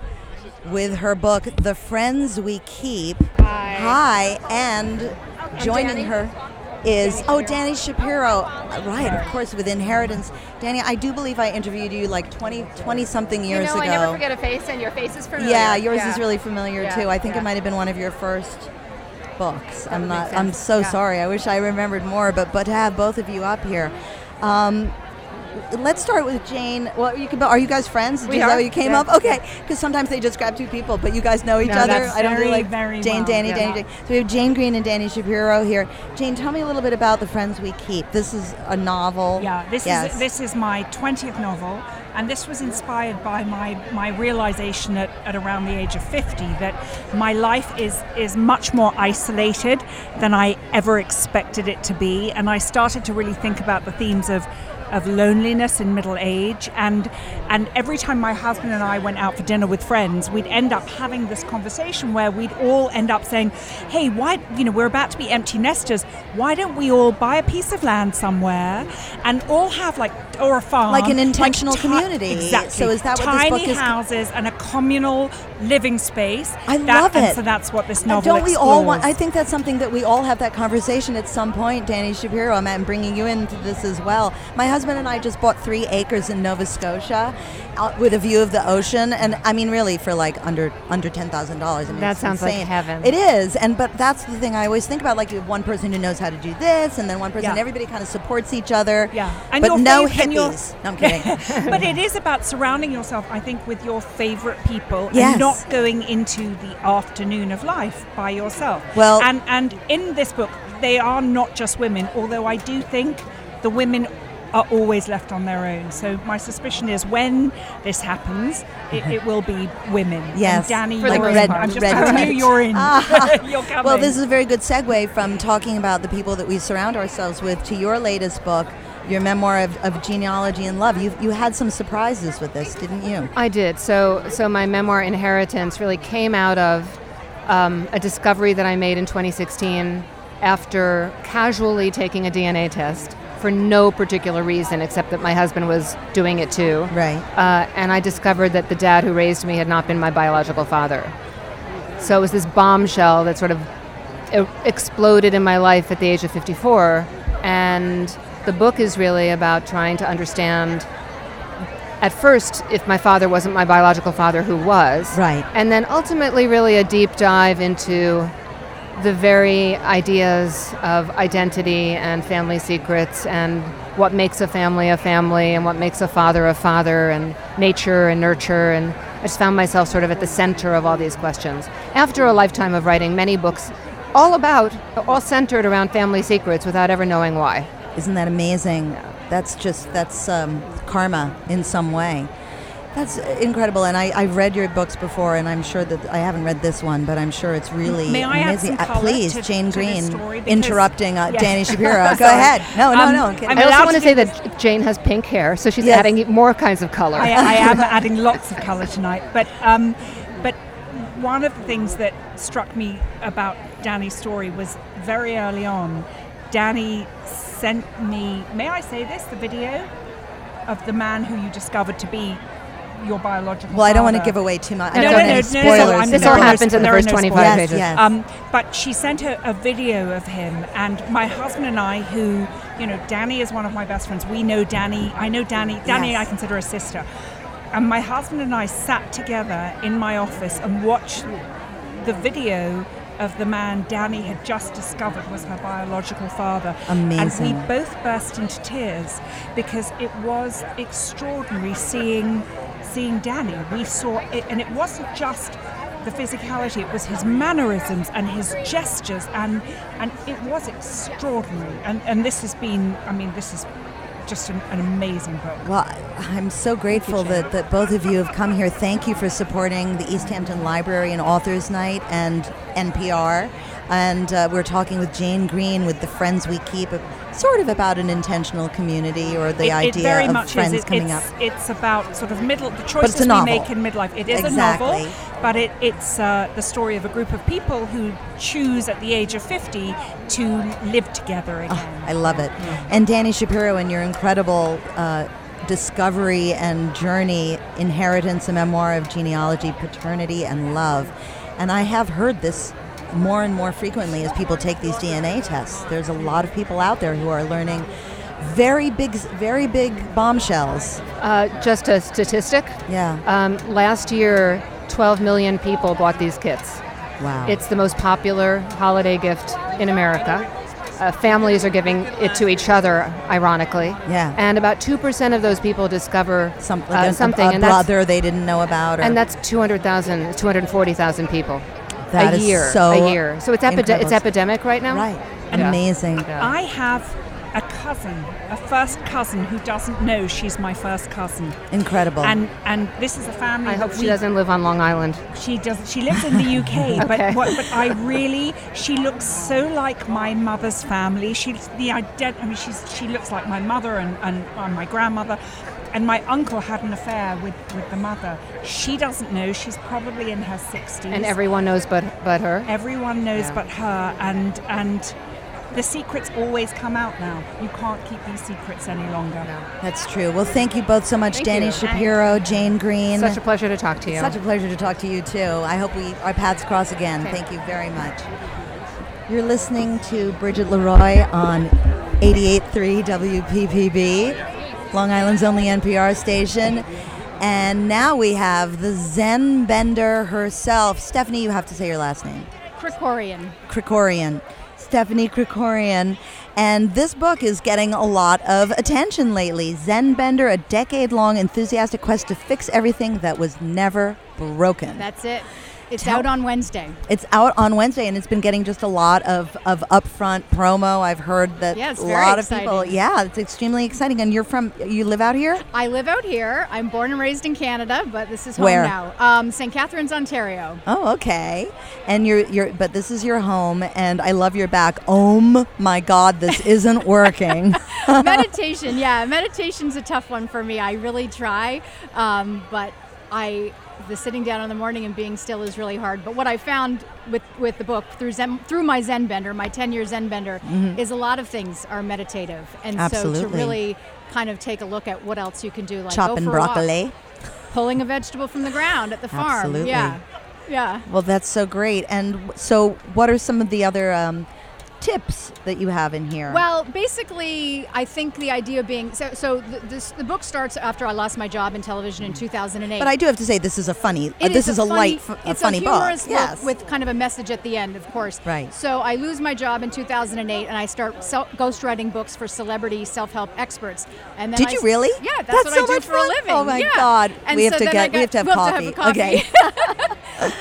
Speaker 1: with her book The Friends We Keep. Hi. and joining her is oh Danny Shapiro. Right, of course with Inheritance. Danny, I do believe I interviewed you like 20 20 something years
Speaker 9: you know,
Speaker 1: ago.
Speaker 9: I never forget a face, and your face is familiar.
Speaker 1: yeah, yours is really familiar
Speaker 9: Yeah,
Speaker 1: too. I think
Speaker 9: yeah.
Speaker 1: it might have been one of your first books. I'm
Speaker 9: would
Speaker 1: not
Speaker 9: make
Speaker 1: I'm
Speaker 9: sense.
Speaker 1: so
Speaker 9: Yeah.
Speaker 1: sorry. I wish I remembered more, but but to have both of you up here. Um, Let's start with Jane. Well, you can. Are you guys friends?
Speaker 9: We
Speaker 1: Is that
Speaker 9: are,
Speaker 1: what you came
Speaker 9: yeah.
Speaker 1: up? Okay, because sometimes they just grab two people, but you guys know each
Speaker 9: No,
Speaker 1: other.
Speaker 9: that's
Speaker 1: I don't
Speaker 9: very,
Speaker 1: really like
Speaker 9: very
Speaker 1: Jane,
Speaker 9: well,
Speaker 1: Danny,
Speaker 9: yeah.
Speaker 1: Danny, Jane. So we have Jane Green and Danny Shapiro here. Jane, tell me a little bit about the friends we keep. This is a novel.
Speaker 10: Yeah, this
Speaker 1: Yes.
Speaker 10: is this is my twentieth novel, and this was inspired by my my realization at, at around the age of fifty that my life is is much more isolated than I ever expected it to be, and I started to really think about the themes of of loneliness in middle age and and every time my husband and I went out for dinner with friends we'd end up having this conversation where we'd all end up saying hey why you know we're about to be empty nesters why don't we all buy a piece of land somewhere and all have like or a farm
Speaker 1: Like an intentional community.
Speaker 10: exactly
Speaker 1: So is that what this
Speaker 10: tiny
Speaker 1: book is-
Speaker 10: houses and a communal living space
Speaker 1: I
Speaker 10: That-
Speaker 1: love
Speaker 10: and
Speaker 1: it.
Speaker 10: so that's what this
Speaker 1: And
Speaker 10: novel
Speaker 1: don't we all want? I
Speaker 10: explores.
Speaker 1: think that's something that we all have that conversation at some point. Danny Shapiro, I'm- I'm bringing you into this as well. My husband and I just bought three acres in Nova Scotia, out with a view of the ocean, and I mean, really, for like under under ten thousand dollars. I mean,
Speaker 9: That
Speaker 1: it's
Speaker 9: sounds like
Speaker 1: insane.
Speaker 9: heaven.
Speaker 1: It is, and but that's the thing I always think about. Like you have one person who knows how to do this, and then one person.
Speaker 10: Yeah.
Speaker 1: Everybody kind of supports each other.
Speaker 10: Yeah. And
Speaker 1: but
Speaker 10: your
Speaker 1: no
Speaker 10: fav- and your-
Speaker 1: hippies. No, I'm kidding.
Speaker 10: but it is about surrounding yourself, I think, with your favorite people
Speaker 1: Yes.
Speaker 10: and not going into the afternoon of life by yourself.
Speaker 1: Well-
Speaker 10: and and in this book, they are not just women, although I do think the women are always left on their own. So my suspicion is when this happens, it, it will be women. And
Speaker 1: Yes.
Speaker 10: Danny,
Speaker 1: For the
Speaker 10: you're
Speaker 1: most
Speaker 10: in.
Speaker 1: part.
Speaker 10: I'm just
Speaker 1: Red-
Speaker 10: telling
Speaker 1: red
Speaker 10: you, you're in.
Speaker 1: Ah.
Speaker 10: you're coming.
Speaker 1: Well, this is a very good segue from talking about the people that we surround ourselves with to your latest book, your memoir of, of genealogy and love. You you had some surprises with this, didn't you?
Speaker 9: I did. So, so my memoir Inheritance really came out of um, a discovery that I made in 2016 after casually taking a DNA test for no particular reason except that my husband was doing it too.
Speaker 1: Right.
Speaker 9: Uh, and I discovered that the dad who raised me had not been my biological father. So it was this bombshell that sort of e- exploded in my life at the age of 54. And the book is really about trying to understand at first if my father wasn't my biological father, who was.
Speaker 1: Right.
Speaker 9: And then ultimately, really a deep dive into the very ideas of identity and family secrets and what makes a family a family and what makes a father a father and nature and nurture and I just found myself sort of at the center of all these questions. After a lifetime of writing many books all about all centered around family secrets without ever knowing why.
Speaker 1: Isn't that amazing? That's just that's um, karma in some way. That's incredible, and I, I've read your books before, and I'm sure that I haven't read this one, but I'm sure it's really
Speaker 10: May I add
Speaker 1: amazing.
Speaker 10: some
Speaker 1: Uh,
Speaker 10: color
Speaker 1: please,
Speaker 10: to-
Speaker 1: Jane
Speaker 10: to this
Speaker 1: Green,
Speaker 10: story? Because-
Speaker 1: interrupting uh,
Speaker 10: Yes.
Speaker 1: Danny Shapiro. Go
Speaker 10: Sorry.
Speaker 1: ahead. No, no,
Speaker 10: Um,
Speaker 1: no. I'm kidding.
Speaker 10: I'm
Speaker 9: I
Speaker 10: allowed
Speaker 9: also want
Speaker 10: to
Speaker 9: to say
Speaker 10: do
Speaker 9: that Jane has pink hair, so she's
Speaker 1: Yes.
Speaker 9: adding more kinds of color.
Speaker 10: I, I am adding lots of colour tonight. But um, but one of the things that struck me about Danny's story was very early on. Danny sent me, may I say this, the video of the man who you discovered to be your biological.
Speaker 1: well, I don't want to
Speaker 10: father.
Speaker 1: give away too much.
Speaker 9: No,
Speaker 1: I don't
Speaker 9: no,
Speaker 1: want
Speaker 9: no,
Speaker 1: any
Speaker 9: no,
Speaker 1: spoilers.
Speaker 9: no,
Speaker 10: I'm-
Speaker 9: this
Speaker 10: no,
Speaker 9: all
Speaker 10: no
Speaker 9: happens in the
Speaker 10: spoilers.
Speaker 9: first
Speaker 10: There are no
Speaker 9: 25
Speaker 1: yes,
Speaker 9: pages.
Speaker 1: yes.
Speaker 10: Um, but she sent her a video of him, and my husband and I, who, you know, Danny is one of my best friends. We know Danny. I know Danny. Danny,
Speaker 1: Yes.
Speaker 10: I consider a sister. And my husband and I sat together in my office and watched the video of the man Danny had just discovered was her biological father.
Speaker 1: Amazing.
Speaker 10: And we both burst into tears because it was extraordinary seeing seeing Danny. We saw it and it wasn't just the physicality, it was his mannerisms and his gestures and and it was extraordinary. And and this has been I mean, this is just an, an amazing book.
Speaker 1: Well, I'm so grateful that, that both of you have come here. Thank you for supporting the East Hampton Library and Authors Night and NPR. And uh, we're talking with Jane Green with the Friends We Keep, uh, sort of about an intentional community or the
Speaker 10: it,
Speaker 1: idea
Speaker 10: it very
Speaker 1: of
Speaker 10: much
Speaker 1: friends
Speaker 10: is. It-
Speaker 1: coming
Speaker 10: it's,
Speaker 1: up.
Speaker 10: It's about sort of middle the
Speaker 1: it's a
Speaker 10: choices we
Speaker 1: novel.
Speaker 10: make in midlife. It is a
Speaker 1: Exactly.
Speaker 10: novel, but it, it's uh, the story of a group of people who choose at the age of fifty to live together again.
Speaker 1: I love it. And Danny Shapiro and your incredible uh, discovery and journey, inheritance, a memoir of genealogy, paternity, and love. And I have heard this more and more frequently as people take these DNA tests. There's a lot of people out there who are learning very big, very big bombshells.
Speaker 9: Uh, just a statistic.
Speaker 1: Yeah.
Speaker 9: Um, last year, 12 million people bought these kits.
Speaker 1: Wow.
Speaker 9: It's the most popular holiday gift in America. Uh, families are giving it to each other, ironically.
Speaker 1: Yeah.
Speaker 9: And about 2% of those people discover
Speaker 1: Some, like
Speaker 9: uh,
Speaker 1: a- a,
Speaker 9: something. and that's,
Speaker 1: brother they didn't know about. Or,
Speaker 9: and that's 200,000, 240,000 people.
Speaker 1: That
Speaker 9: a
Speaker 1: is
Speaker 9: year.
Speaker 1: so
Speaker 9: a year. So it's, epide-
Speaker 1: incredible.
Speaker 9: it's epidemic right now.
Speaker 1: right.
Speaker 9: Yeah.
Speaker 1: Amazing.
Speaker 9: Yeah.
Speaker 10: I have a cousin, a first cousin who doesn't know she's my first cousin,
Speaker 1: Incredible.
Speaker 10: and and this is a family.
Speaker 9: I hope
Speaker 10: that
Speaker 9: she
Speaker 10: we-
Speaker 9: doesn't live on Long Island.
Speaker 10: She does. She lives in the UK,
Speaker 9: Okay.
Speaker 10: but what, but I really. She looks so like my mother's family. She's the ident. I mean, she's she looks like my mother and and, and my grandmother. And my uncle had an affair with, with the mother. She doesn't know. She's probably in her sixties.
Speaker 9: And everyone knows but, but her.
Speaker 10: everyone knows
Speaker 9: Yeah.
Speaker 10: but her. And and the secrets always come out now. You can't keep these secrets any longer.
Speaker 1: That's true. Well, thank you both so much,
Speaker 9: Thank
Speaker 1: Danny
Speaker 9: you.
Speaker 1: Shapiro, Jane Green.
Speaker 9: Such a pleasure to talk to you.
Speaker 1: Such a pleasure to talk to you too. I hope we our paths cross again. Thank you very much. You're listening to Bridget Leroy on 88.3 WPPB, Long Island's only NPR station. And now we have the Zen Bender herself. Stephanie, you have to say your last name.
Speaker 11: Krikorian.
Speaker 1: Krikorian, Stephanie Krikorian. And this book is getting a lot of attention lately. Zen Bender, a decade long enthusiastic quest to fix everything that was never broken.
Speaker 11: That's it. It's
Speaker 1: Tell-
Speaker 11: out on Wednesday.
Speaker 1: it's out on Wednesday and it's been getting just a lot of, of upfront promo. I've heard that
Speaker 11: Yeah, it's
Speaker 1: a
Speaker 11: very
Speaker 1: lot of people.
Speaker 11: exciting.
Speaker 1: Yeah, it's extremely exciting. And you're from, you live out here?
Speaker 11: I live out here. I'm born and raised in Canada, but this is home
Speaker 1: Where?
Speaker 11: now. Um, St. Catharines, Ontario.
Speaker 1: Oh, okay. And you're, you're, but this is your home and I love your back. Oh my God, this isn't working.
Speaker 11: meditation, yeah, meditation's a tough one for me. I really try, um, but I the sitting down in the morning and being still is really hard. But what I found with with the book through Zen, through my Zen bender, my ten year Zen bender, is a lot of things are meditative, and so to
Speaker 1: Mm-hmm. Absolutely.
Speaker 11: really kind of take a look at what else you can do, like go
Speaker 1: Chopping
Speaker 11: for
Speaker 1: broccoli.
Speaker 11: a walk, pulling a vegetable from the ground at the farm,
Speaker 1: Absolutely.
Speaker 11: yeah, yeah.
Speaker 1: Well, that's so great. And w- so, what are some of the other um, tips that you have in here?
Speaker 11: Well, basically, I think the idea being so. So th- this, the book starts after I lost my job in television in 2008.
Speaker 1: but I do have to say, this is a funny. uh,
Speaker 11: It
Speaker 1: this is a,
Speaker 11: funny-
Speaker 1: light, f- a
Speaker 11: it's
Speaker 1: funny
Speaker 11: a humorous
Speaker 1: book. Yes.
Speaker 11: with kind of a message at the end, of course.
Speaker 1: Right.
Speaker 11: So I lose my job in 2008, and I start sel- ghostwriting books for celebrity self-help experts. And then
Speaker 1: Did
Speaker 11: I
Speaker 1: you
Speaker 11: s-
Speaker 1: really?
Speaker 11: Yeah, that's,
Speaker 1: That's
Speaker 11: what
Speaker 1: so
Speaker 11: I do
Speaker 1: much
Speaker 11: for
Speaker 1: fun.
Speaker 11: a living.
Speaker 1: Oh my
Speaker 11: yeah.
Speaker 1: God.
Speaker 11: And
Speaker 1: We have
Speaker 11: so
Speaker 1: to
Speaker 11: then I
Speaker 1: get- we have to have
Speaker 11: we'll a
Speaker 1: coffee. Okay.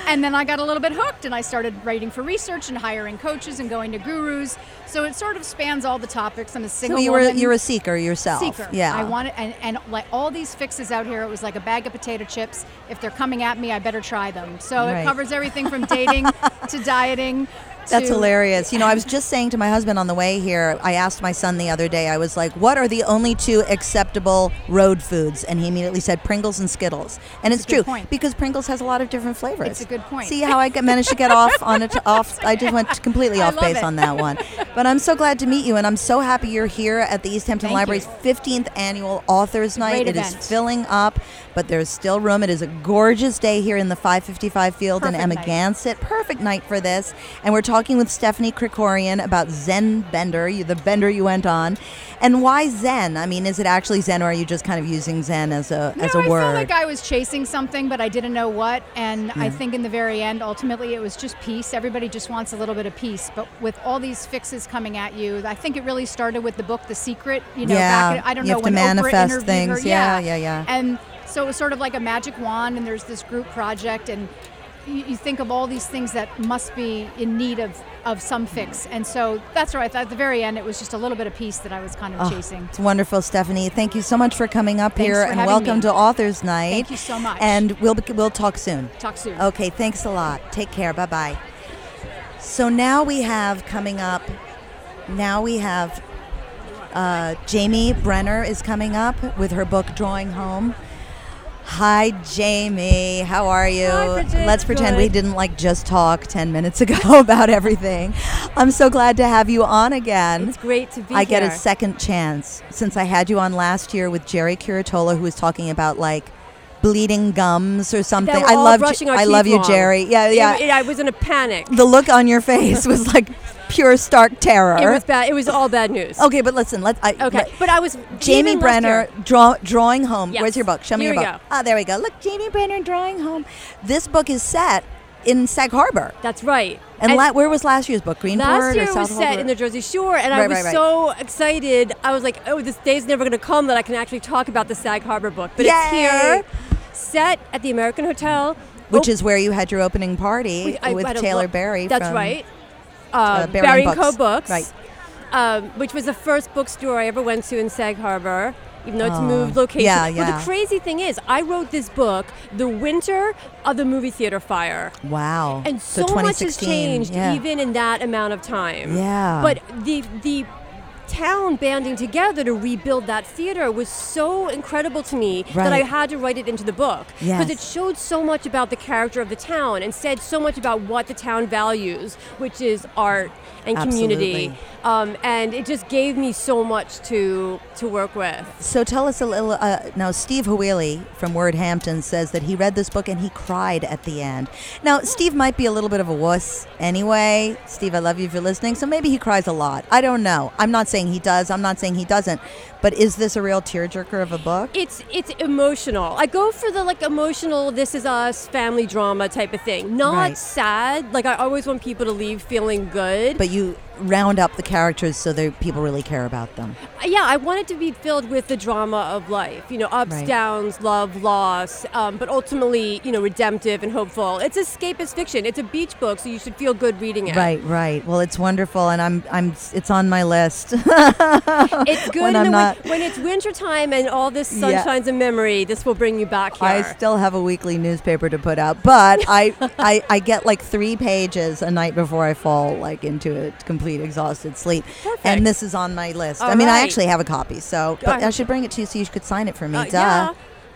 Speaker 11: and then I got a little bit hooked and I started writing for research and hiring coaches and going to gurus. So it sort of spans all the topics. I'm a
Speaker 1: So
Speaker 11: single
Speaker 1: you were
Speaker 11: woman.
Speaker 1: you're a seeker yourself.
Speaker 11: Seeker.
Speaker 1: Yeah.
Speaker 11: I wanted, and, and like all these fixes out here, it was like a bag of potato chips. If they're coming at me, I better try them. So
Speaker 1: Right.
Speaker 11: it covers everything from dating to dieting.
Speaker 1: That's
Speaker 11: to-
Speaker 1: hilarious. You know, I was just saying to my husband on the way here, I asked my son the other day, I was like, what are the only two acceptable road foods? And he immediately said Pringles and Skittles. And it's
Speaker 11: a good
Speaker 1: true
Speaker 11: point.
Speaker 1: because Pringles has a lot of different flavors.
Speaker 11: It's a good point.
Speaker 1: See how I got, managed to get off on it off I just went completely
Speaker 11: I
Speaker 1: off
Speaker 11: love
Speaker 1: base
Speaker 11: it.
Speaker 1: on that one. But I'm so glad to meet you and I'm so happy you're here at the East Hampton
Speaker 11: Thank
Speaker 1: Library's
Speaker 11: you.
Speaker 1: 15th annual authors night. It
Speaker 11: Great
Speaker 1: is
Speaker 11: event.
Speaker 1: filling up, but there's still room. It is a gorgeous day here in the 555 field
Speaker 11: Perfect
Speaker 1: in
Speaker 11: night.
Speaker 1: Amagansett. Gansett. Perfect night for this. And we're talking with Stephanie Krikorian about Zen Bender, you- the bender you went on. And why Zen? I mean, is it actually Zen or are you just kind of using Zen as a, as a
Speaker 11: no, I
Speaker 1: word?
Speaker 11: felt like I was chasing something, but I didn't know what. And I think in the very end, ultimately, it was just peace. Everybody just wants a little bit of peace. But with all these fixes coming at you, I think it really started with the book, The Secret. You know,
Speaker 1: Yeah,
Speaker 11: back in, I don't
Speaker 1: you
Speaker 11: know
Speaker 1: have to
Speaker 11: when Oprah
Speaker 1: manifest
Speaker 11: interviewed her.
Speaker 1: things. Yeah, yeah, yeah.
Speaker 11: And so it was sort of like a magic wand, and there's this group project, and you, you think of all these things that must be in need of of some fix. And so that's right. At the very end, it was just a little bit of peace that I was kind of chasing.
Speaker 1: Oh, It's wonderful, Stephanie. Thank you so much for coming up
Speaker 11: Thanks
Speaker 1: here
Speaker 11: for
Speaker 1: and
Speaker 11: having
Speaker 1: welcome
Speaker 11: me.
Speaker 1: to Authors Night.
Speaker 11: Thank you so much.
Speaker 1: And we'll be- we'll talk soon.
Speaker 11: Talk soon.
Speaker 1: Okay, thanks a lot. Take care. Bye bye. So now we have coming up. Now we have uh, Jamie Brenner is coming up with her book Drawing Home. Hi, Jamie. How are you?
Speaker 3: Bridget.
Speaker 1: Let's pretend
Speaker 3: Good.
Speaker 1: we didn't like just talk ten minutes ago about everything. I'm so glad to have you on again.
Speaker 12: It's great to be
Speaker 1: I get a
Speaker 12: here.
Speaker 1: second chance since I had you on last year with Jerry Curatola, who was talking about like bleeding gums or something.
Speaker 12: That we're
Speaker 1: I
Speaker 12: all
Speaker 1: love, Je-
Speaker 12: brushing our
Speaker 1: I
Speaker 12: teeth
Speaker 1: love you,
Speaker 12: wrong.
Speaker 1: Jerry. Yeah,
Speaker 12: It-
Speaker 1: yeah.
Speaker 12: it- I was in a panic.
Speaker 1: the look on your face was like pure stark terror.
Speaker 12: It was bad. It was all bad news.
Speaker 1: okay, but listen, let I,
Speaker 12: Okay.
Speaker 1: let-
Speaker 12: but I was
Speaker 1: Jamie
Speaker 12: even last
Speaker 1: Brenner
Speaker 12: year-
Speaker 1: draw, drawing home.
Speaker 12: Yes.
Speaker 1: Where's your book? Show me
Speaker 12: Here
Speaker 1: your
Speaker 12: we
Speaker 1: book.
Speaker 12: go.
Speaker 1: Ah, there we go. Look, Jamie Brenner drawing home. This book is set in Sag Harbor.
Speaker 12: That's right.
Speaker 1: And, la- where was last year's book? Greenport
Speaker 12: last year
Speaker 1: or
Speaker 12: it
Speaker 1: South
Speaker 12: was set
Speaker 1: Harbor?
Speaker 12: in the Jersey Shore, and I
Speaker 1: Right,
Speaker 12: was
Speaker 1: right, right.
Speaker 12: so excited. I was like, "Oh, this day's never going to come that I can actually talk about the Sag Harbor book." But it's
Speaker 1: Yay!
Speaker 12: here, set at the American Hotel,
Speaker 1: which
Speaker 12: Oh,
Speaker 1: is where you had your opening party
Speaker 12: we- I-
Speaker 1: with
Speaker 12: I had a
Speaker 1: Taylor
Speaker 12: lo-
Speaker 1: Berry.
Speaker 12: That's
Speaker 1: from- uh,
Speaker 12: right. Um,
Speaker 1: Berry
Speaker 12: Berry
Speaker 1: and
Speaker 12: and Co.
Speaker 1: Books.
Speaker 12: Books,
Speaker 1: Right.
Speaker 12: Um, which was the first bookstore I ever went to in Sag Harbor. Even though it's
Speaker 1: Aw.
Speaker 12: moved location.
Speaker 1: Oh, Yeah,
Speaker 12: Well,
Speaker 1: yeah.
Speaker 12: the crazy thing is, I wrote this book the winter of the movie theater fire.
Speaker 1: Wow.
Speaker 12: And
Speaker 1: So
Speaker 12: so, much has
Speaker 1: 2016,
Speaker 12: changed
Speaker 1: yeah.
Speaker 12: even in that amount of time.
Speaker 1: Yeah.
Speaker 12: But the the town banding together to rebuild that theater was so incredible to me that I
Speaker 1: Right.
Speaker 12: had to write it into the book
Speaker 1: Yes.
Speaker 12: because it showed so much about the character of the town and said so much about what the town values, which is art and community.
Speaker 1: Absolutely.
Speaker 12: Um, and it just gave me so much to to work with.
Speaker 1: So tell us a little. Uh, now, Steve Hawley from Word Hampton says that he read this book and he cried at the end. Now, Steve might be a little bit of a wuss anyway. Steve, I love you if you're listening. So maybe he cries a lot. I don't know. I'm not saying he does. I'm not saying he doesn't. But is this a real tearjerker of a book?
Speaker 12: It's it's emotional. I go for the like emotional this is us family drama type of thing. Not
Speaker 1: Right.
Speaker 12: sad. Like I always want people to leave feeling good.
Speaker 1: But you round up the characters so that people really care about them.
Speaker 12: Uh, yeah, I want it to be filled with the drama of life. You know, ups,
Speaker 1: Right.
Speaker 12: downs, love, loss, um, but ultimately, you know, redemptive and hopeful. It's escapist fiction. It's a beach book, so you should feel good reading it.
Speaker 1: Right, right. Well, it's wonderful, and I'm, I'm. It's on my list.
Speaker 12: It's good
Speaker 1: When
Speaker 12: in the
Speaker 1: I'm
Speaker 12: win-
Speaker 1: not-
Speaker 12: when it's wintertime and all this
Speaker 1: Yeah.
Speaker 12: sunshine's a memory, this will bring you back here.
Speaker 1: I still have a weekly newspaper to put out, but I, I I get like three pages a night before I fall like into a complete exhausted sleep.
Speaker 12: Perfect.
Speaker 1: And this is on my list. I
Speaker 12: All
Speaker 1: mean, I
Speaker 12: right.
Speaker 1: actually have a copy, so but
Speaker 12: Uh,
Speaker 1: I should bring it to you so you could sign it for me.
Speaker 12: Uh,
Speaker 1: Duh.
Speaker 12: yeah.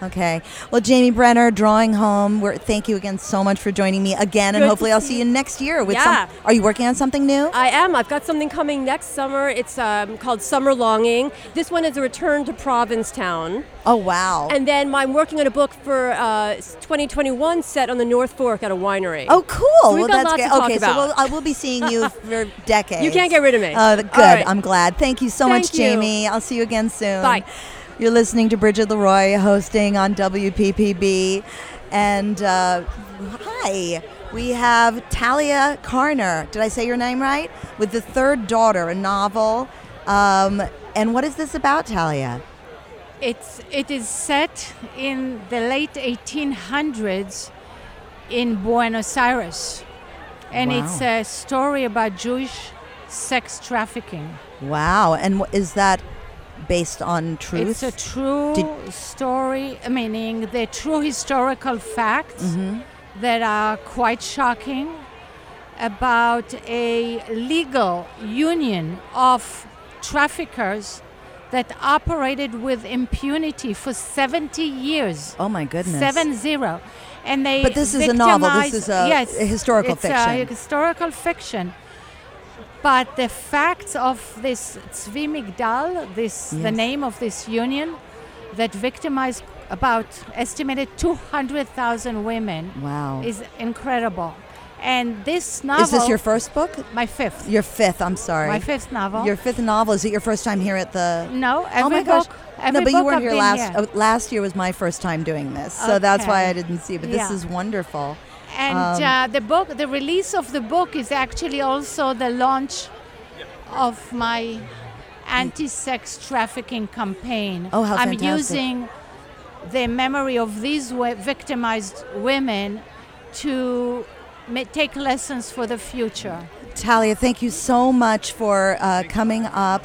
Speaker 1: Okay. Well, Jamie Brenner, drawing home. We're, thank you again so much for joining me again, and
Speaker 12: Good to
Speaker 1: hopefully I'll
Speaker 12: see
Speaker 1: see
Speaker 12: you.
Speaker 1: you next year. With
Speaker 12: Yeah.
Speaker 1: some, are you working on something new?
Speaker 12: I am. I've got something coming next summer. It's um, called Summer Longing. This one is a return to Provincetown.
Speaker 1: oh wow!
Speaker 12: And then I'm working on a book for uh, 2021 set on the North Fork at a winery.
Speaker 1: Oh, cool.
Speaker 12: we've
Speaker 1: well,
Speaker 12: got
Speaker 1: that's
Speaker 12: lots
Speaker 1: great.
Speaker 12: to talk
Speaker 1: okay, so
Speaker 12: about.
Speaker 1: we'll, I will be seeing you for decades.
Speaker 12: You can't get rid of me.
Speaker 1: Oh, th-
Speaker 12: All
Speaker 1: good.
Speaker 12: right.
Speaker 1: I'm glad. Thank you so much,
Speaker 12: Thank you.
Speaker 1: Jamie. I'll see you again soon.
Speaker 12: Bye.
Speaker 1: You're listening to Bridget Leroy hosting on WPPB. And uh, hi, we have Talia Carner. Did I say your name right? With The Third Daughter, a novel. Um, and what is this about, Talia?
Speaker 11: It's it is set in the late 1800s
Speaker 13: in Buenos Aires. And
Speaker 1: Wow.
Speaker 13: it's a story about Jewish sex trafficking.
Speaker 1: Wow. And wh- is that based on truth?
Speaker 13: It's a true
Speaker 1: Did-
Speaker 13: story, meaning the true historical facts
Speaker 1: Mhm.
Speaker 13: that are quite shocking about a legal union of traffickers that operated with impunity for 70 years.
Speaker 1: Oh my goodness.
Speaker 13: Seven zero, and they.
Speaker 1: But this is a novel. This
Speaker 13: victimize-
Speaker 1: is a-
Speaker 13: yes,
Speaker 1: a historical
Speaker 13: it's A
Speaker 1: fiction.
Speaker 13: historical fiction. But the facts of this Tzvi Migdal, this the
Speaker 1: Yes.
Speaker 13: name of this union, that victimized about estimated two hundred thousand women,
Speaker 1: Wow.
Speaker 13: is incredible. And this novel
Speaker 1: Is this your first book?
Speaker 13: My fifth.
Speaker 1: Your fifth, I'm sorry.
Speaker 13: My fifth novel.
Speaker 1: Your fifth novel. Is it your first time here at the?
Speaker 13: No,
Speaker 1: oh my
Speaker 13: every
Speaker 1: gosh.
Speaker 13: book- every
Speaker 1: no, but you
Speaker 13: book
Speaker 1: weren't
Speaker 13: I've
Speaker 1: here
Speaker 13: been
Speaker 1: last.
Speaker 13: here.
Speaker 1: Oh, last year was my first time doing this, so that's why I
Speaker 13: Okay.
Speaker 1: didn't see. But this
Speaker 13: Yeah.
Speaker 1: is wonderful.
Speaker 13: And
Speaker 1: Um,
Speaker 13: uh, the book, the release of the book is actually also the launch of my anti-sex trafficking campaign.
Speaker 1: Oh, how
Speaker 13: I'm
Speaker 1: fantastic.
Speaker 13: using the memory of these wo- victimized women to ma- take lessons for the future.
Speaker 1: Talia, thank you so much for uh, coming up.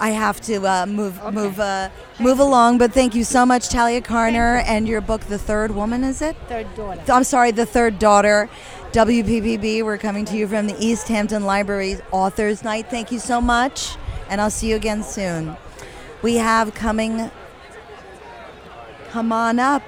Speaker 1: I have to uh, move move uh, move along, but thank you so much, Talia Carner, and your book, The Third Woman, is it?
Speaker 13: Third daughter.
Speaker 1: I'm sorry, The Third Daughter. WPPB, we're coming to you from the East Hampton Library's Authors Night. Thank you so much, and I'll see you again soon. We have coming, come on up.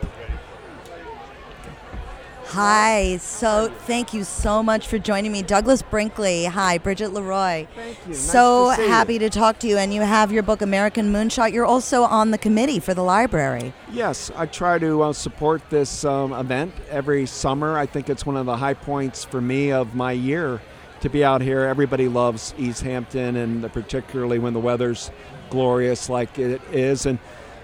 Speaker 1: Hi, so thank you so much for joining me. Douglas Brinkley, hi, Bridget Leroy. Thank
Speaker 14: you. Nice
Speaker 1: So
Speaker 14: to see you.
Speaker 1: happy to talk to you, and you have your book, American Moonshot. You're also on the committee for the library.
Speaker 14: Yes, I try to uh, support this um, event every summer. I think it's one of the high points for me of my year to be out here. Everybody loves East Hampton, and particularly when the weather's glorious like it is. And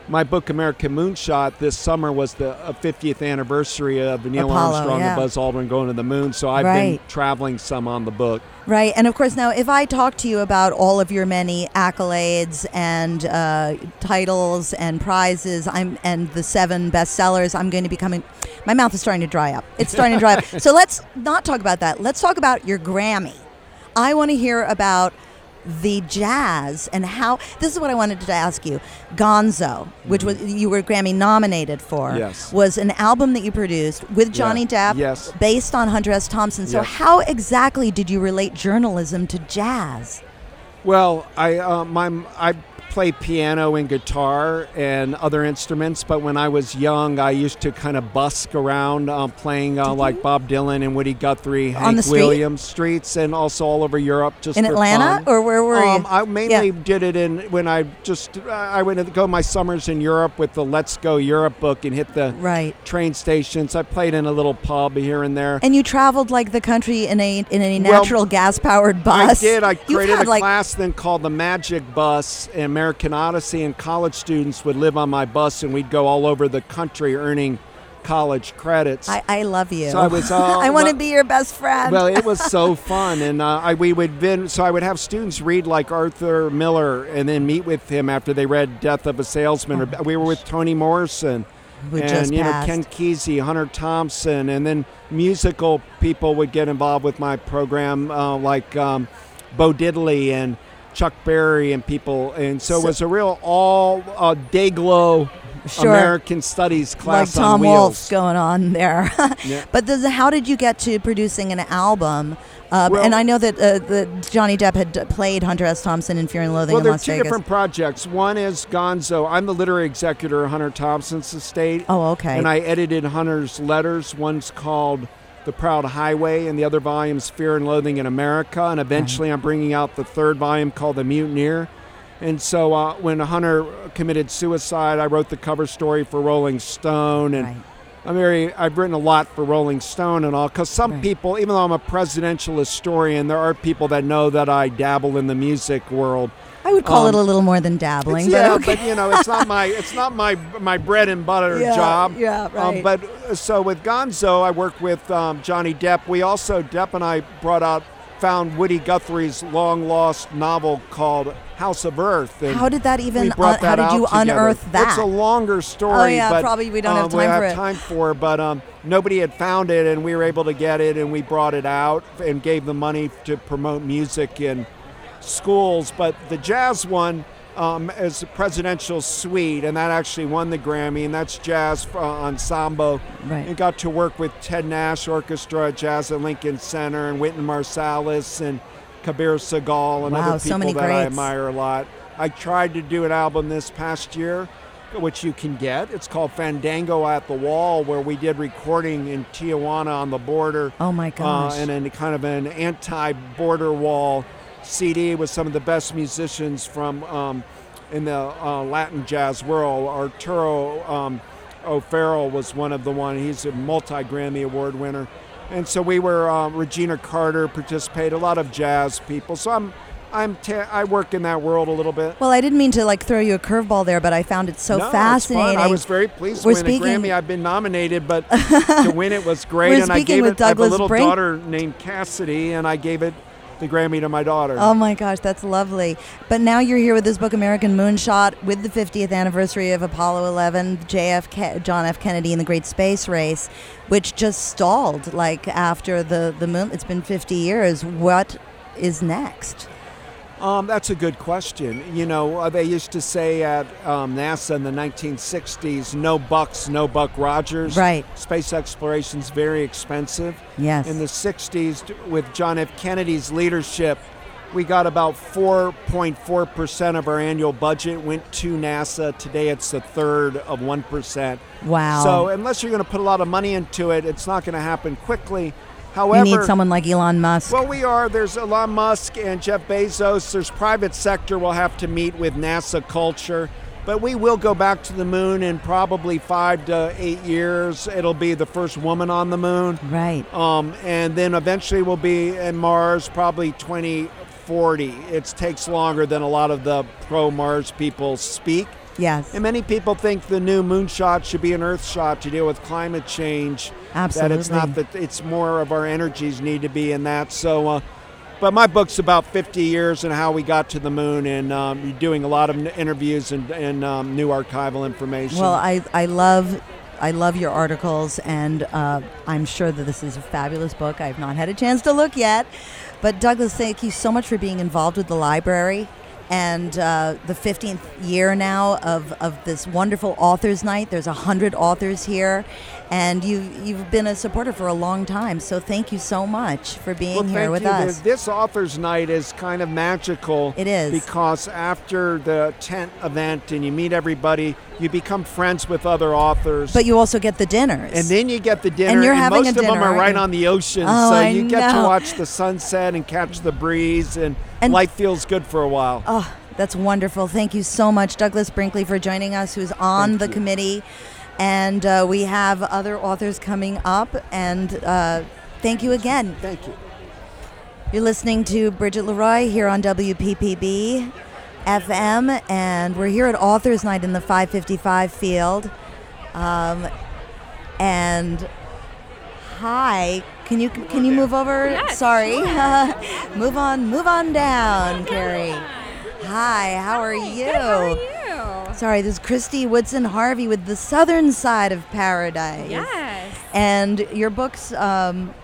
Speaker 14: my book, American Moonshot, this summer was the uh, 50th anniversary of Neil
Speaker 1: Apollo,
Speaker 14: Armstrong
Speaker 1: yeah.
Speaker 14: and Buzz Aldrin going to the moon. So I've been
Speaker 1: Right.
Speaker 14: traveling some on the book.
Speaker 1: Right. And of course, now if I talk to you about all of your many accolades and uh, titles and prizes, I'm and the seven bestsellers, I'm going to be coming. My mouth is starting to dry up. It's starting to dry up. So let's not talk about that. Let's talk about your Grammy. I want to hear about the jazz and how. This is what I wanted to ask you. Gonzo, which was you were Grammy nominated for,
Speaker 14: Yes.
Speaker 1: was an album that you produced with Johnny Depp,
Speaker 14: Yes.
Speaker 1: based on Hunter S. Thompson. So
Speaker 14: Yes.
Speaker 1: how exactly did you relate journalism to jazz?
Speaker 14: Well, I uh, my I play piano and guitar and other instruments, but when I was young, I used to kind of busk around uh, playing uh, like Bob Dylan and Woody Guthrie, Hank
Speaker 1: Mm-hmm. the street?
Speaker 14: Williams streets, and also all over Europe. Just
Speaker 1: In
Speaker 14: for
Speaker 1: Atlanta?
Speaker 14: fun.
Speaker 1: Or where were you?
Speaker 14: um, I mainly
Speaker 1: Yeah.
Speaker 14: did it in when I just uh, I went to go my summers in Europe with the Let's Go Europe book and hit the
Speaker 1: Right.
Speaker 14: train stations. I played in a little pub here and there.
Speaker 1: And you traveled like the country in a in a
Speaker 14: Well,
Speaker 1: natural gas powered bus.
Speaker 14: I did. I
Speaker 1: You've
Speaker 14: created
Speaker 1: had,
Speaker 14: a
Speaker 1: like,
Speaker 14: class then called the Magic Bus and American Odyssey, and college students would live on my bus, and we'd go all over the country earning college credits.
Speaker 1: I, I love you.
Speaker 14: So I was all-
Speaker 1: I want to
Speaker 14: well-
Speaker 1: be your best friend.
Speaker 14: well, it was so fun, and uh, I we would then so I would have students read like Arthur Miller, and then meet with him after they read Death of a Salesman. or, we were with Toni Morrison,
Speaker 1: Who
Speaker 14: and
Speaker 1: Oh, just
Speaker 14: you know
Speaker 1: passed.
Speaker 14: Ken Kesey, Hunter Thompson, and then musical people would get involved with my program, uh, like um, Bo Diddley and Chuck Berry and people, and so, it
Speaker 1: So-
Speaker 14: was a real all uh, day glow.
Speaker 1: Sure.
Speaker 14: American Studies
Speaker 1: like
Speaker 14: class
Speaker 1: Tom
Speaker 14: on wheels.
Speaker 1: Wolfe's going on there.
Speaker 14: Yeah.
Speaker 1: But this, how did you get to producing an album? Uh,
Speaker 14: Well-
Speaker 1: and I know that uh, the Johnny Depp had d- played Hunter S. Thompson in Fear and Loathing
Speaker 14: Well,
Speaker 1: in
Speaker 14: there are
Speaker 1: Las
Speaker 14: two
Speaker 1: Vegas.
Speaker 14: different projects. One is Gonzo. I'm the literary executor of Hunter Thompson's estate.
Speaker 1: Oh, okay.
Speaker 14: And I edited Hunter's letters. One's called The Proud Highway, and the other volume's Fear and Loathing in America. And eventually,
Speaker 1: Uh-huh.
Speaker 14: I'm bringing out the third volume called The Mutineer. And so, uh, when Hunter committed suicide, I wrote the cover story for Rolling Stone, and
Speaker 1: Right.
Speaker 14: I'm very. I've written a lot for Rolling Stone and all, because some people, even though I'm a presidential historian, there are people that know that I dabble in the music world.
Speaker 1: I would call
Speaker 14: Um,
Speaker 1: it a little more than dabbling.
Speaker 14: It's- yeah,
Speaker 1: but okay.
Speaker 14: but you know, it's not my it's not my my bread and butter
Speaker 1: Yeah,
Speaker 14: job.
Speaker 1: yeah, right.
Speaker 14: Um, but uh, so with Gonzo, I work with um, Johnny Depp. We also Depp and I brought out found Woody Guthrie's long lost novel called House of Earth. and
Speaker 1: How did that even-
Speaker 14: we brought
Speaker 1: uh, how
Speaker 14: that
Speaker 1: did you
Speaker 14: out together.
Speaker 1: unearth
Speaker 14: It's
Speaker 1: that?
Speaker 14: a longer story.
Speaker 1: Oh, yeah,
Speaker 14: but,
Speaker 1: probably we don't have
Speaker 14: um, we
Speaker 1: time for
Speaker 14: have
Speaker 1: it.
Speaker 14: time for. But um, nobody had found it, and we were able to get it, and we brought it out and gave the money to promote music in schools. But the jazz one um, is a presidential suite, and that actually won the Grammy, and that's jazz uh, ensemble.
Speaker 1: Right.
Speaker 14: And got to work with Ted Nash Orchestra, Jazz at Lincoln Center, and Wynton Marsalis, and Kabir Sagal, and
Speaker 1: Wow,
Speaker 14: other
Speaker 1: so
Speaker 14: people
Speaker 1: many
Speaker 14: that I
Speaker 1: greats.
Speaker 14: admire a lot. I tried to do an album this past year, which you can get. It's called Fandango at the Wall, where we did recording in Tijuana on the border.
Speaker 1: Oh my gosh.
Speaker 14: Uh, and in kind of an anti-border wall CD with some of the best musicians from um, in the uh, Latin jazz world. Arturo um, O'Farrell was one of the one. He's a multi-Grammy award winner. And so we were uh, Regina Carter participated. A lot of jazz people. So I'm I'm ta- I work in that world a little bit.
Speaker 1: Well, I didn't mean to like throw you a curveball there, but I found it so
Speaker 14: No, it's fun.
Speaker 1: fascinating.
Speaker 14: I was very pleased to
Speaker 1: We're
Speaker 14: win
Speaker 1: speaking-
Speaker 14: a Grammy. I've been nominated, but to win it was great.
Speaker 1: We're
Speaker 14: and I
Speaker 1: speaking
Speaker 14: gave
Speaker 1: with
Speaker 14: it. I have a
Speaker 1: Douglas
Speaker 14: little
Speaker 1: Brink.
Speaker 14: daughter named Cassidy, and I gave it the Grammy to my daughter.
Speaker 1: Oh my gosh, that's lovely. But now you're here with this book, American Moonshot, with the 50th anniversary of Apollo 11, JFK, John F. Kennedy, and the Great Space Race, which just stalled. Like after the the moon, it's been 50 years. What is next?
Speaker 14: Um, that's a good question. You know, uh, they used to say at um, NASA in the 1960s, "No bucks, no Buck Rogers."
Speaker 1: Right.
Speaker 14: Space exploration's very expensive.
Speaker 1: Yes.
Speaker 14: In the 60s, d- with John F. Kennedy's leadership, we got about 4.4 percent of our annual budget went to NASA. Today, it's a third of one percent.
Speaker 1: Wow.
Speaker 14: So unless you're going to put a lot of money into it, it's not going to happen quickly.
Speaker 1: You
Speaker 14: However,
Speaker 1: need someone like Elon Musk.
Speaker 14: well, we are. There's Elon Musk and Jeff Bezos. There's private sector. We'll have to meet with NASA culture. But we will go back to the moon in probably five to eight years. It'll be the first woman on the moon.
Speaker 1: Right.
Speaker 14: Um, and then eventually we'll be in Mars probably 2040. It takes longer than a lot of the pro Mars people speak.
Speaker 1: Yes.
Speaker 14: And many people think the new moonshot should be an earth shot to deal with climate change. That it's not
Speaker 1: Absolutely.
Speaker 14: that it's more of our energies need to be in that. So, uh, but my book's about 50 years and how we got to the moon, and um, you're doing a lot of n- interviews and, and um, new archival information.
Speaker 1: Well, I, I love I love your articles, and uh, I'm sure that this is a fabulous book. I've not had a chance to look yet, but Douglas, thank you so much for being involved with the library and uh, the 15th year now of, of this wonderful authors' night. There's hundred authors here, and you you've been a supporter for a long time. So thank you so much for being
Speaker 14: Well,
Speaker 1: here
Speaker 14: thank
Speaker 1: with
Speaker 14: you.
Speaker 1: us.
Speaker 14: The- This author's night is kind of magical.
Speaker 1: It is.
Speaker 14: Because after the tent event and you meet everybody, you become friends with other authors.
Speaker 1: but you also get the dinners.
Speaker 14: and then you get the dinner.
Speaker 1: And you're having
Speaker 14: most
Speaker 1: a
Speaker 14: of them
Speaker 1: dinner,
Speaker 14: are
Speaker 1: aren't
Speaker 14: right
Speaker 1: you?
Speaker 14: on the ocean,
Speaker 1: Oh,
Speaker 14: so
Speaker 1: I
Speaker 14: you get
Speaker 1: know.
Speaker 14: to watch the sunset and catch the breeze, and,
Speaker 1: And-
Speaker 14: life feels good for a while.
Speaker 1: Oh, that's wonderful. Thank you so much, Douglas Brinkley, for joining us, who's on the committee. And uh, we have other authors coming up. And uh, thank you again.
Speaker 14: Thank you.
Speaker 1: You're listening to Bridget Leroy here on WPPB FM, and we're here at Authors Night in the 555 field. Um, and hi, can you can you move over? Sorry, move on, move on down, Carrie. Hi, how are you?
Speaker 15: how are you?
Speaker 1: Sorry, this is Christy Woodson Harvey with the Southern Side of Paradise.
Speaker 15: Yes.
Speaker 1: And your books, um,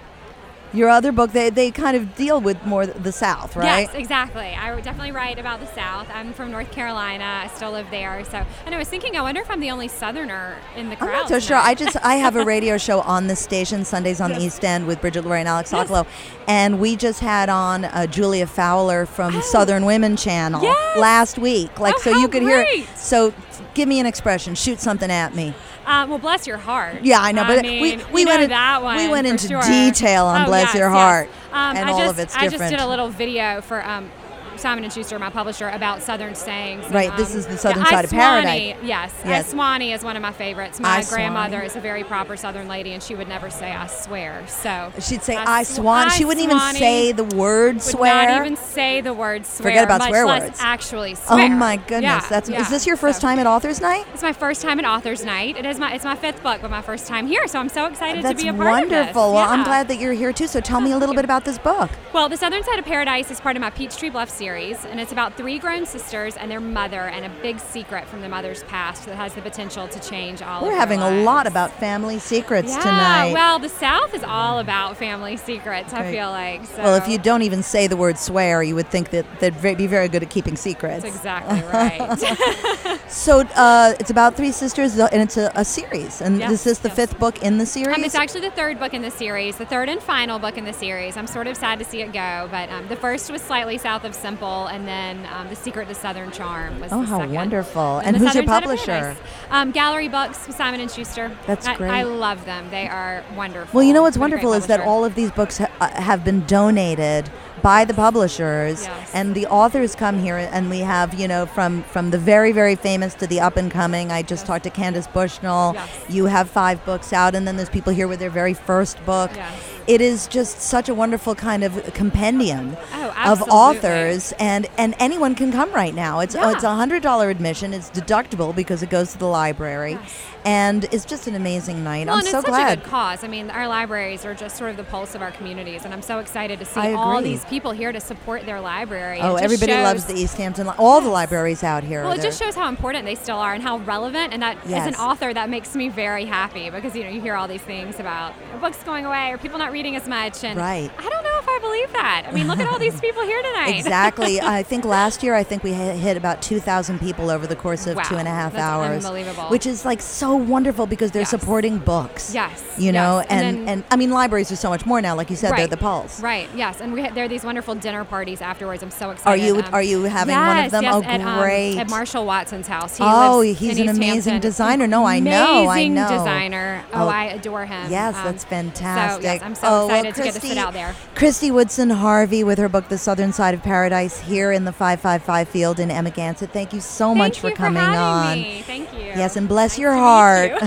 Speaker 1: your other book, they, they kind of deal with more the South, right?
Speaker 15: Yes, exactly. I would definitely write about the South. I'm from North Carolina. I still live there. So, and I was thinking, I wonder if I'm the only Southerner in the
Speaker 1: I'm
Speaker 15: crowd.
Speaker 1: not so sure.
Speaker 15: tonight.
Speaker 1: I just I have a radio show on this station Sundays on the East End with Bridget Lori and Alex Sokolow, and we just had on uh, Julia Fowler from Southern Women Channel last week. Like
Speaker 15: Oh,
Speaker 1: so
Speaker 15: how
Speaker 1: you could hear.
Speaker 15: great.
Speaker 1: It. So give me an expression. Shoot something at me.
Speaker 15: Um, well, bless your heart.
Speaker 1: Yeah, I know, but we-
Speaker 15: mean,
Speaker 1: we
Speaker 15: know
Speaker 1: went in-
Speaker 15: that one
Speaker 1: we went
Speaker 15: for
Speaker 1: into
Speaker 15: sure.
Speaker 1: detail on
Speaker 15: Oh, yes,
Speaker 1: Bless Your
Speaker 15: yes.
Speaker 1: Heart
Speaker 15: Um,
Speaker 1: and
Speaker 15: I
Speaker 1: all
Speaker 15: just,
Speaker 1: of its
Speaker 15: I just did
Speaker 1: different-
Speaker 15: a little video for um, Simon and Schuster, my publisher, about Southern sayings. And,
Speaker 1: Right, this
Speaker 15: um,
Speaker 1: is the southern
Speaker 15: I
Speaker 1: side of paradise.
Speaker 15: Swanee- Yes,
Speaker 1: Yes.
Speaker 15: I Swanee is one of my favorites. My
Speaker 1: I Swanee.
Speaker 15: grandmother is a very proper Southern lady, and she would never say "I swear." So
Speaker 1: She'd say,
Speaker 15: I
Speaker 1: I, swan. She wouldn't even
Speaker 15: Swanee
Speaker 1: say the word
Speaker 15: would
Speaker 1: swear.
Speaker 15: Not even say the word swear.
Speaker 1: Forget about
Speaker 15: much
Speaker 1: swear
Speaker 15: less
Speaker 1: words.
Speaker 15: Actually, swear.
Speaker 1: Oh my goodness.
Speaker 15: Yeah,
Speaker 1: That's
Speaker 15: yeah.
Speaker 1: Is this your first time at Authors Night?
Speaker 15: It's my first time at Authors Night. It is my it's my fifth book, but my first time here, so I'm so excited
Speaker 1: That's
Speaker 15: to be a part
Speaker 1: wonderful.
Speaker 15: of this.
Speaker 1: Well, I'm
Speaker 15: Yeah.
Speaker 1: glad that you're here too. So tell me a little bit about this book.
Speaker 15: Well, The Southern Side of Paradise is part of my Peachtree Bluff series, and it's about three grown sisters and their mother and a big secret from the mother's past that has the potential to change all of
Speaker 1: We're
Speaker 15: their
Speaker 1: having
Speaker 15: lives.
Speaker 1: a lot about family secrets
Speaker 15: yeah,
Speaker 1: tonight.
Speaker 15: Well, the South is all about family secrets, I
Speaker 1: Great.
Speaker 15: feel like. So.
Speaker 1: Well, if you don't even say the word swear, you would think that they'd ve- be very good at keeping secrets.
Speaker 15: That's exactly right.
Speaker 1: so uh, it's about three sisters, though, and it's a, a series. And
Speaker 15: Yes,
Speaker 1: this is the fifth book in the series.
Speaker 15: Um, it's actually the third book in the series, the third and final book in the series. I'm sort of sad to see it go, but um, the first was slightly south of Simple, and then um, The Secret to Southern Charm was
Speaker 1: oh,
Speaker 15: the
Speaker 1: how
Speaker 15: second.
Speaker 1: wonderful!
Speaker 15: And
Speaker 1: And
Speaker 15: the
Speaker 1: who's your
Speaker 15: Southern Side of
Speaker 1: publisher?
Speaker 15: Paradise. Um, Gallery Books, with Simon and Schuster.
Speaker 1: That's
Speaker 15: I, I
Speaker 1: great.
Speaker 15: love them. They are wonderful.
Speaker 1: Well, you know what's
Speaker 15: What a great
Speaker 1: wonderful is that
Speaker 15: publisher.
Speaker 1: all of these books ha- uh, have been donated by the publishers, and the authors come here, and we have you know from from the very very famous to the up and coming. I just talked to Candace Bushnell.
Speaker 16: Yes.
Speaker 1: You have five books out, and then there's people here with their very first book.
Speaker 16: Yes.
Speaker 1: It is just such a wonderful kind of compendium
Speaker 16: Oh,
Speaker 1: of
Speaker 16: absolutely.
Speaker 1: authors, and and anyone can come right now. It's oh,
Speaker 16: Yeah.
Speaker 1: it's a hundred dollar admission. It's deductible because it goes to the library, and it's just an amazing night.
Speaker 15: Well,
Speaker 1: I'm
Speaker 15: and
Speaker 1: so
Speaker 15: it's
Speaker 1: glad.
Speaker 15: such a good cause. I mean, our libraries are just sort of the pulse of our communities, and I'm so excited to see
Speaker 1: I
Speaker 15: all
Speaker 1: agree.
Speaker 15: these people here to support their library.
Speaker 1: Oh,
Speaker 15: It just
Speaker 1: everybody
Speaker 15: shows-
Speaker 1: loves the East Hampton. Li- all the libraries out here.
Speaker 15: Well, it
Speaker 1: they're-
Speaker 15: just shows how important they still are and how relevant. And that as an
Speaker 1: Yes.
Speaker 15: author, that makes me very happy because you know you hear all these things about books going away or people not reading as much. And
Speaker 1: Right.
Speaker 15: I don't know if I believe that. I mean, look at all these people here tonight.
Speaker 1: exactly. I think last year, I think we hi- hit about 2,000 people over the course of
Speaker 15: Wow,
Speaker 1: two and a half
Speaker 15: that's
Speaker 1: hours.
Speaker 15: unbelievable.
Speaker 1: Which is like so wonderful because they're supporting books.
Speaker 15: Yes,
Speaker 1: You know,
Speaker 15: yes. And
Speaker 1: and,
Speaker 15: then-
Speaker 1: and I mean, libraries are so much more now. Like you said, they're
Speaker 15: Right.
Speaker 1: the pulse.
Speaker 15: Right. Yes. And we ha- there are these wonderful dinner parties afterwards. I'm so excited.
Speaker 1: Are you- are you having one of
Speaker 15: yes,
Speaker 1: them?
Speaker 15: Yes,
Speaker 1: Oh,
Speaker 15: at, um,
Speaker 1: great.
Speaker 15: at Marshall Watson's house. He
Speaker 1: oh,
Speaker 15: lives
Speaker 1: he's
Speaker 15: in
Speaker 1: an
Speaker 15: East
Speaker 1: amazing
Speaker 15: Hampton.
Speaker 1: designer. No, I know. I
Speaker 15: Amazing
Speaker 1: know.
Speaker 15: designer. Oh, I adore him.
Speaker 1: Yes,
Speaker 15: Um,
Speaker 1: that's
Speaker 15: so,
Speaker 1: fantastic.
Speaker 15: yes, I'm so
Speaker 1: Oh, well,
Speaker 15: excited to get to sit
Speaker 1: Christy,
Speaker 15: out there.
Speaker 1: Christy Woodson Harvey with her book The Southern Side of Paradise here in the 555 field in Amagansett. Thank you so much for coming on.
Speaker 15: Thank you.
Speaker 1: Yes, and bless your heart.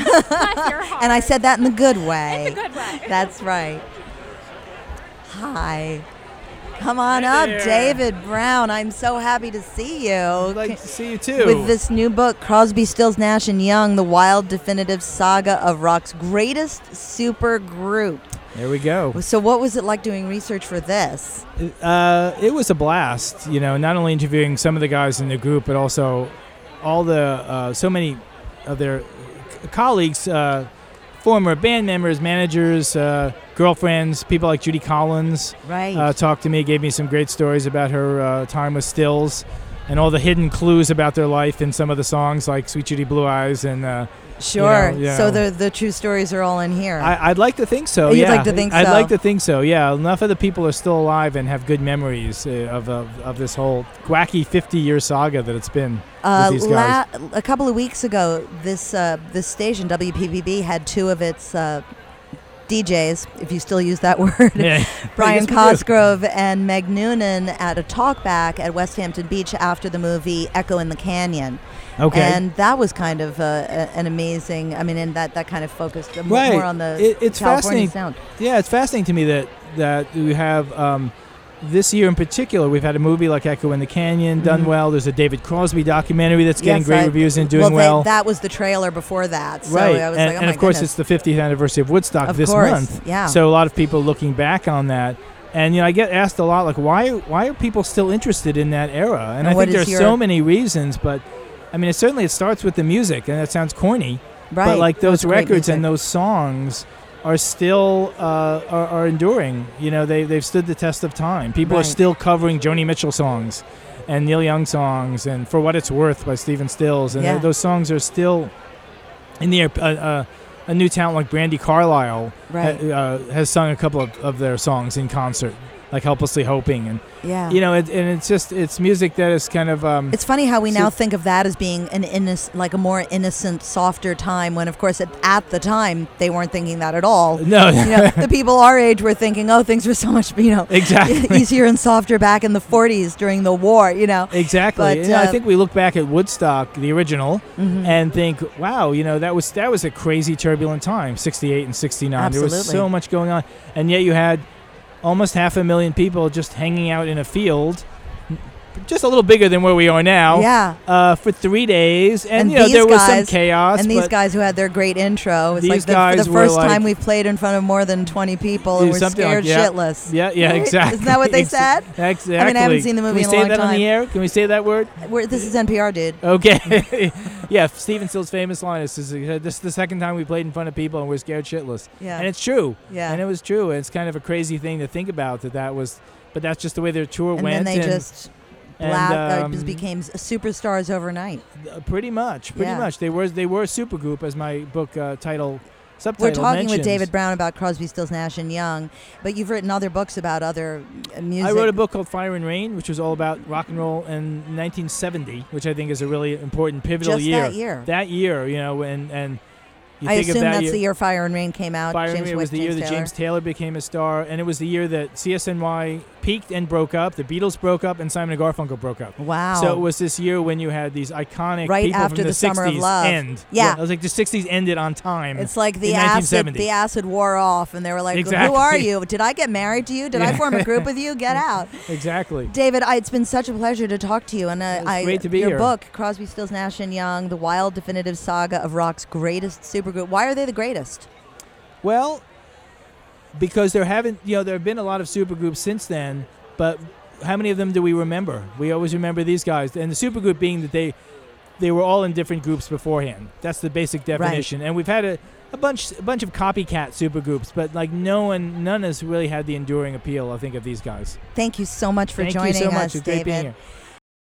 Speaker 1: and I said that in the good way. In the good way. That's right. Hi. Come on
Speaker 17: Hi
Speaker 1: up,
Speaker 17: there.
Speaker 1: David Brown. I'm so happy to see you. I'd
Speaker 17: like to see you too.
Speaker 1: With this new book, Crosby, Stills, Nash and Young: The Wild Definitive Saga of Rock's Greatest Super Group.
Speaker 17: There we go.
Speaker 1: So, what was it like doing research for this?
Speaker 17: Uh, it was a blast, you know, not only interviewing some of the guys in the group, but also all the, uh, so many of their c- colleagues, uh, former band members, managers, uh, girlfriends, people like Judy Collins.
Speaker 1: Right.
Speaker 17: Uh, talked to me, gave me some great stories about her uh, time with Stills and all the hidden clues about their life in some of the songs, like Sweet Judy Blue Eyes and. Uh, you
Speaker 1: Sure.
Speaker 17: know- you
Speaker 1: So
Speaker 17: know.
Speaker 1: the the true stories are all in here.
Speaker 17: I, I'd like to think so.
Speaker 1: You'd
Speaker 17: yeah.
Speaker 1: like to think
Speaker 17: I'd
Speaker 1: so.
Speaker 17: like to think so. Yeah, enough of the people are still alive and have good memories uh, of of, of this whole wacky fifty-year saga that it's been
Speaker 1: Uh,
Speaker 17: with these
Speaker 1: la-
Speaker 17: guys.
Speaker 1: a couple of weeks ago, this uh, this station WPBB had two of its uh, DJs, if you still use that word,
Speaker 17: Yeah.
Speaker 1: Brian
Speaker 17: Yes, we do.
Speaker 1: Cosgrove and Meg Noonan at a talk back at West Hampton Beach after the movie Echo in the Canyon.
Speaker 17: Okay.
Speaker 1: and that was kind of uh, a- an amazing. I mean, and that that kind of focused m-
Speaker 17: right.
Speaker 1: more on the
Speaker 17: It- it's
Speaker 1: California
Speaker 17: fascinating.
Speaker 1: sound.
Speaker 17: Yeah, it's fascinating to me that that we have um, this year in particular. We've had a movie like Echo in the Canyon done
Speaker 1: Mhm.
Speaker 17: well. There's a David Crosby documentary that's getting
Speaker 1: Yes,
Speaker 17: great
Speaker 1: I-
Speaker 17: reviews and doing
Speaker 1: well,
Speaker 17: well.
Speaker 1: they- that was the trailer before that. So
Speaker 17: right,
Speaker 1: I was
Speaker 17: and,
Speaker 1: like, oh
Speaker 17: and
Speaker 1: my
Speaker 17: of course
Speaker 1: goodness.
Speaker 17: it's the 50th anniversary of Woodstock
Speaker 1: Of
Speaker 17: this
Speaker 1: course,
Speaker 17: month.
Speaker 1: yeah.
Speaker 17: So a lot of people looking back on that, and you know I get asked a lot like why why are people still interested in that era? And,
Speaker 1: And
Speaker 17: I
Speaker 1: what
Speaker 17: think
Speaker 1: is
Speaker 17: there's
Speaker 1: your-
Speaker 17: so many reasons, but I mean it certainly it starts with the music, and that sounds corny,
Speaker 1: Right.
Speaker 17: But like
Speaker 1: Those
Speaker 17: those
Speaker 1: are great
Speaker 17: records and
Speaker 1: music.
Speaker 17: those songs are still uh, are, are enduring. You know they they've stood the test of time. People are
Speaker 1: Right.
Speaker 17: still covering Joni Mitchell songs. And Neil Young songs, and For What It's Worth by Stephen Stills, and
Speaker 1: Yeah.
Speaker 17: those songs are still in the air, uh, uh, a new talent like Brandy Carlisle ha-
Speaker 1: Right.
Speaker 17: uh, has sung a couple of, of their songs in concert. like helplessly hoping and
Speaker 1: Yeah.
Speaker 17: you know it, and it's just it's music that is kind of um
Speaker 1: It's funny how we
Speaker 17: so-
Speaker 1: now think of that as being an innocent, like a more innocent, softer time. When, of course, at, at the time they weren't thinking that at all.
Speaker 17: No.
Speaker 1: you know, the people our age were thinking, "Oh, things were so much, you know,
Speaker 17: Exactly.
Speaker 1: easier and softer back in the '40s during the war." You know,
Speaker 17: Exactly.
Speaker 1: But,
Speaker 17: You know, I
Speaker 1: uh,
Speaker 17: think we look back at Woodstock, the original,
Speaker 1: Mhm.
Speaker 17: and think, wow, you know, that was that was a crazy turbulent time, 68 and 69. There was
Speaker 1: Absolutely.
Speaker 17: so much going on. And yet you had almost half a million people just hanging out in a field just a little bigger than where we are now.
Speaker 1: Yeah.
Speaker 17: Uh, for 3 days and, you know
Speaker 1: these
Speaker 17: there was some
Speaker 1: guys-
Speaker 17: chaos
Speaker 1: And these
Speaker 17: but-
Speaker 1: guys who had their great intro, it's like
Speaker 17: These
Speaker 1: the,
Speaker 17: guys
Speaker 1: the
Speaker 17: were
Speaker 1: first
Speaker 17: like-
Speaker 1: time we've played in front of more than 20 people, and
Speaker 17: Yeah,
Speaker 1: we're
Speaker 17: something
Speaker 1: scared
Speaker 17: like- yeah.
Speaker 1: shitless.
Speaker 17: Yeah, yeah, exactly.
Speaker 1: Isn't that what they
Speaker 17: Ex-
Speaker 1: said?
Speaker 17: Exactly.
Speaker 1: I mean, I haven't seen the
Speaker 17: Can
Speaker 1: movie
Speaker 17: we
Speaker 1: in a
Speaker 17: say
Speaker 1: long
Speaker 17: that on
Speaker 1: time.
Speaker 17: the air? Can we say that word?
Speaker 1: We're, this is NPR, dude.
Speaker 17: Okay. yeah, Steven Still's famous line is is, uh, this is the second time we played in front of people and we're scared shitless.
Speaker 1: Yeah.
Speaker 17: And it's true.
Speaker 1: Yeah.
Speaker 17: And it was true. And it's kind of a crazy thing to think about that that was, but that's just the way their tour
Speaker 1: And then
Speaker 17: went.
Speaker 1: they
Speaker 17: and-
Speaker 1: just
Speaker 17: and,
Speaker 1: blab- uh,
Speaker 17: um,
Speaker 1: just became s- superstars overnight.
Speaker 17: uh, pretty much, pretty
Speaker 1: Yeah.
Speaker 17: much. They were they were a supergroup, as my book uh, title subtitle
Speaker 1: We're talking
Speaker 17: mentions.
Speaker 1: with David Brown about Crosby, Stills, Nash and Young, but you've written other books about other uh, music.
Speaker 17: I wrote a book called Fire and Rain, which was all about rock and roll in 1970, which I think is a really important pivotal
Speaker 1: Just
Speaker 17: year.
Speaker 1: that year.
Speaker 17: That year, you know, and and you
Speaker 1: I
Speaker 17: think
Speaker 1: assume
Speaker 17: of that
Speaker 1: that's
Speaker 17: year,
Speaker 1: the year Fire and Rain came out.
Speaker 17: Fire and
Speaker 1: James
Speaker 17: Rain was
Speaker 1: Whit-
Speaker 17: the year
Speaker 1: James
Speaker 17: that
Speaker 1: Taylor.
Speaker 17: James Taylor became a star, and it was the year that CSNY peaked and broke up. The Beatles broke up, and Simon and Garfunkel broke up.
Speaker 1: Wow.
Speaker 17: So it was this year when you had these iconic
Speaker 1: Right
Speaker 17: people
Speaker 1: after
Speaker 17: from the,
Speaker 1: the Summer of
Speaker 17: 60s
Speaker 1: Love.
Speaker 17: end.
Speaker 1: Yeah.
Speaker 17: it was like the 60s ended on time.
Speaker 1: It's like the
Speaker 17: in
Speaker 1: acid.
Speaker 17: 1970.
Speaker 1: The acid wore off, and they were like, "Who
Speaker 17: Exactly.
Speaker 1: are you? Did I get married to you? Did I
Speaker 17: Yeah.
Speaker 1: form a group with you? Get out!"
Speaker 17: exactly.
Speaker 1: David, I, it's been such a pleasure to talk to you, and uh, I,
Speaker 17: great to be
Speaker 1: your
Speaker 17: here.
Speaker 1: book, Crosby, Stills, Nash and Young: The Wild Definitive Saga of Rock's Greatest Supergroup. Why are they the greatest?
Speaker 17: Well, because there haven't, you know, there have been a lot of supergroups since then, but how many of them do we remember? We always remember these guys, and the supergroup being that they they were all in different groups beforehand. That's the basic definition. And we've had a, a bunch a bunch of copycat supergroups, but like no one none has really had the enduring appeal. I think of these guys.
Speaker 1: Thank you so much for
Speaker 17: Thank
Speaker 1: joining
Speaker 17: you so much.
Speaker 1: us,
Speaker 17: It's
Speaker 1: David.
Speaker 17: great being here.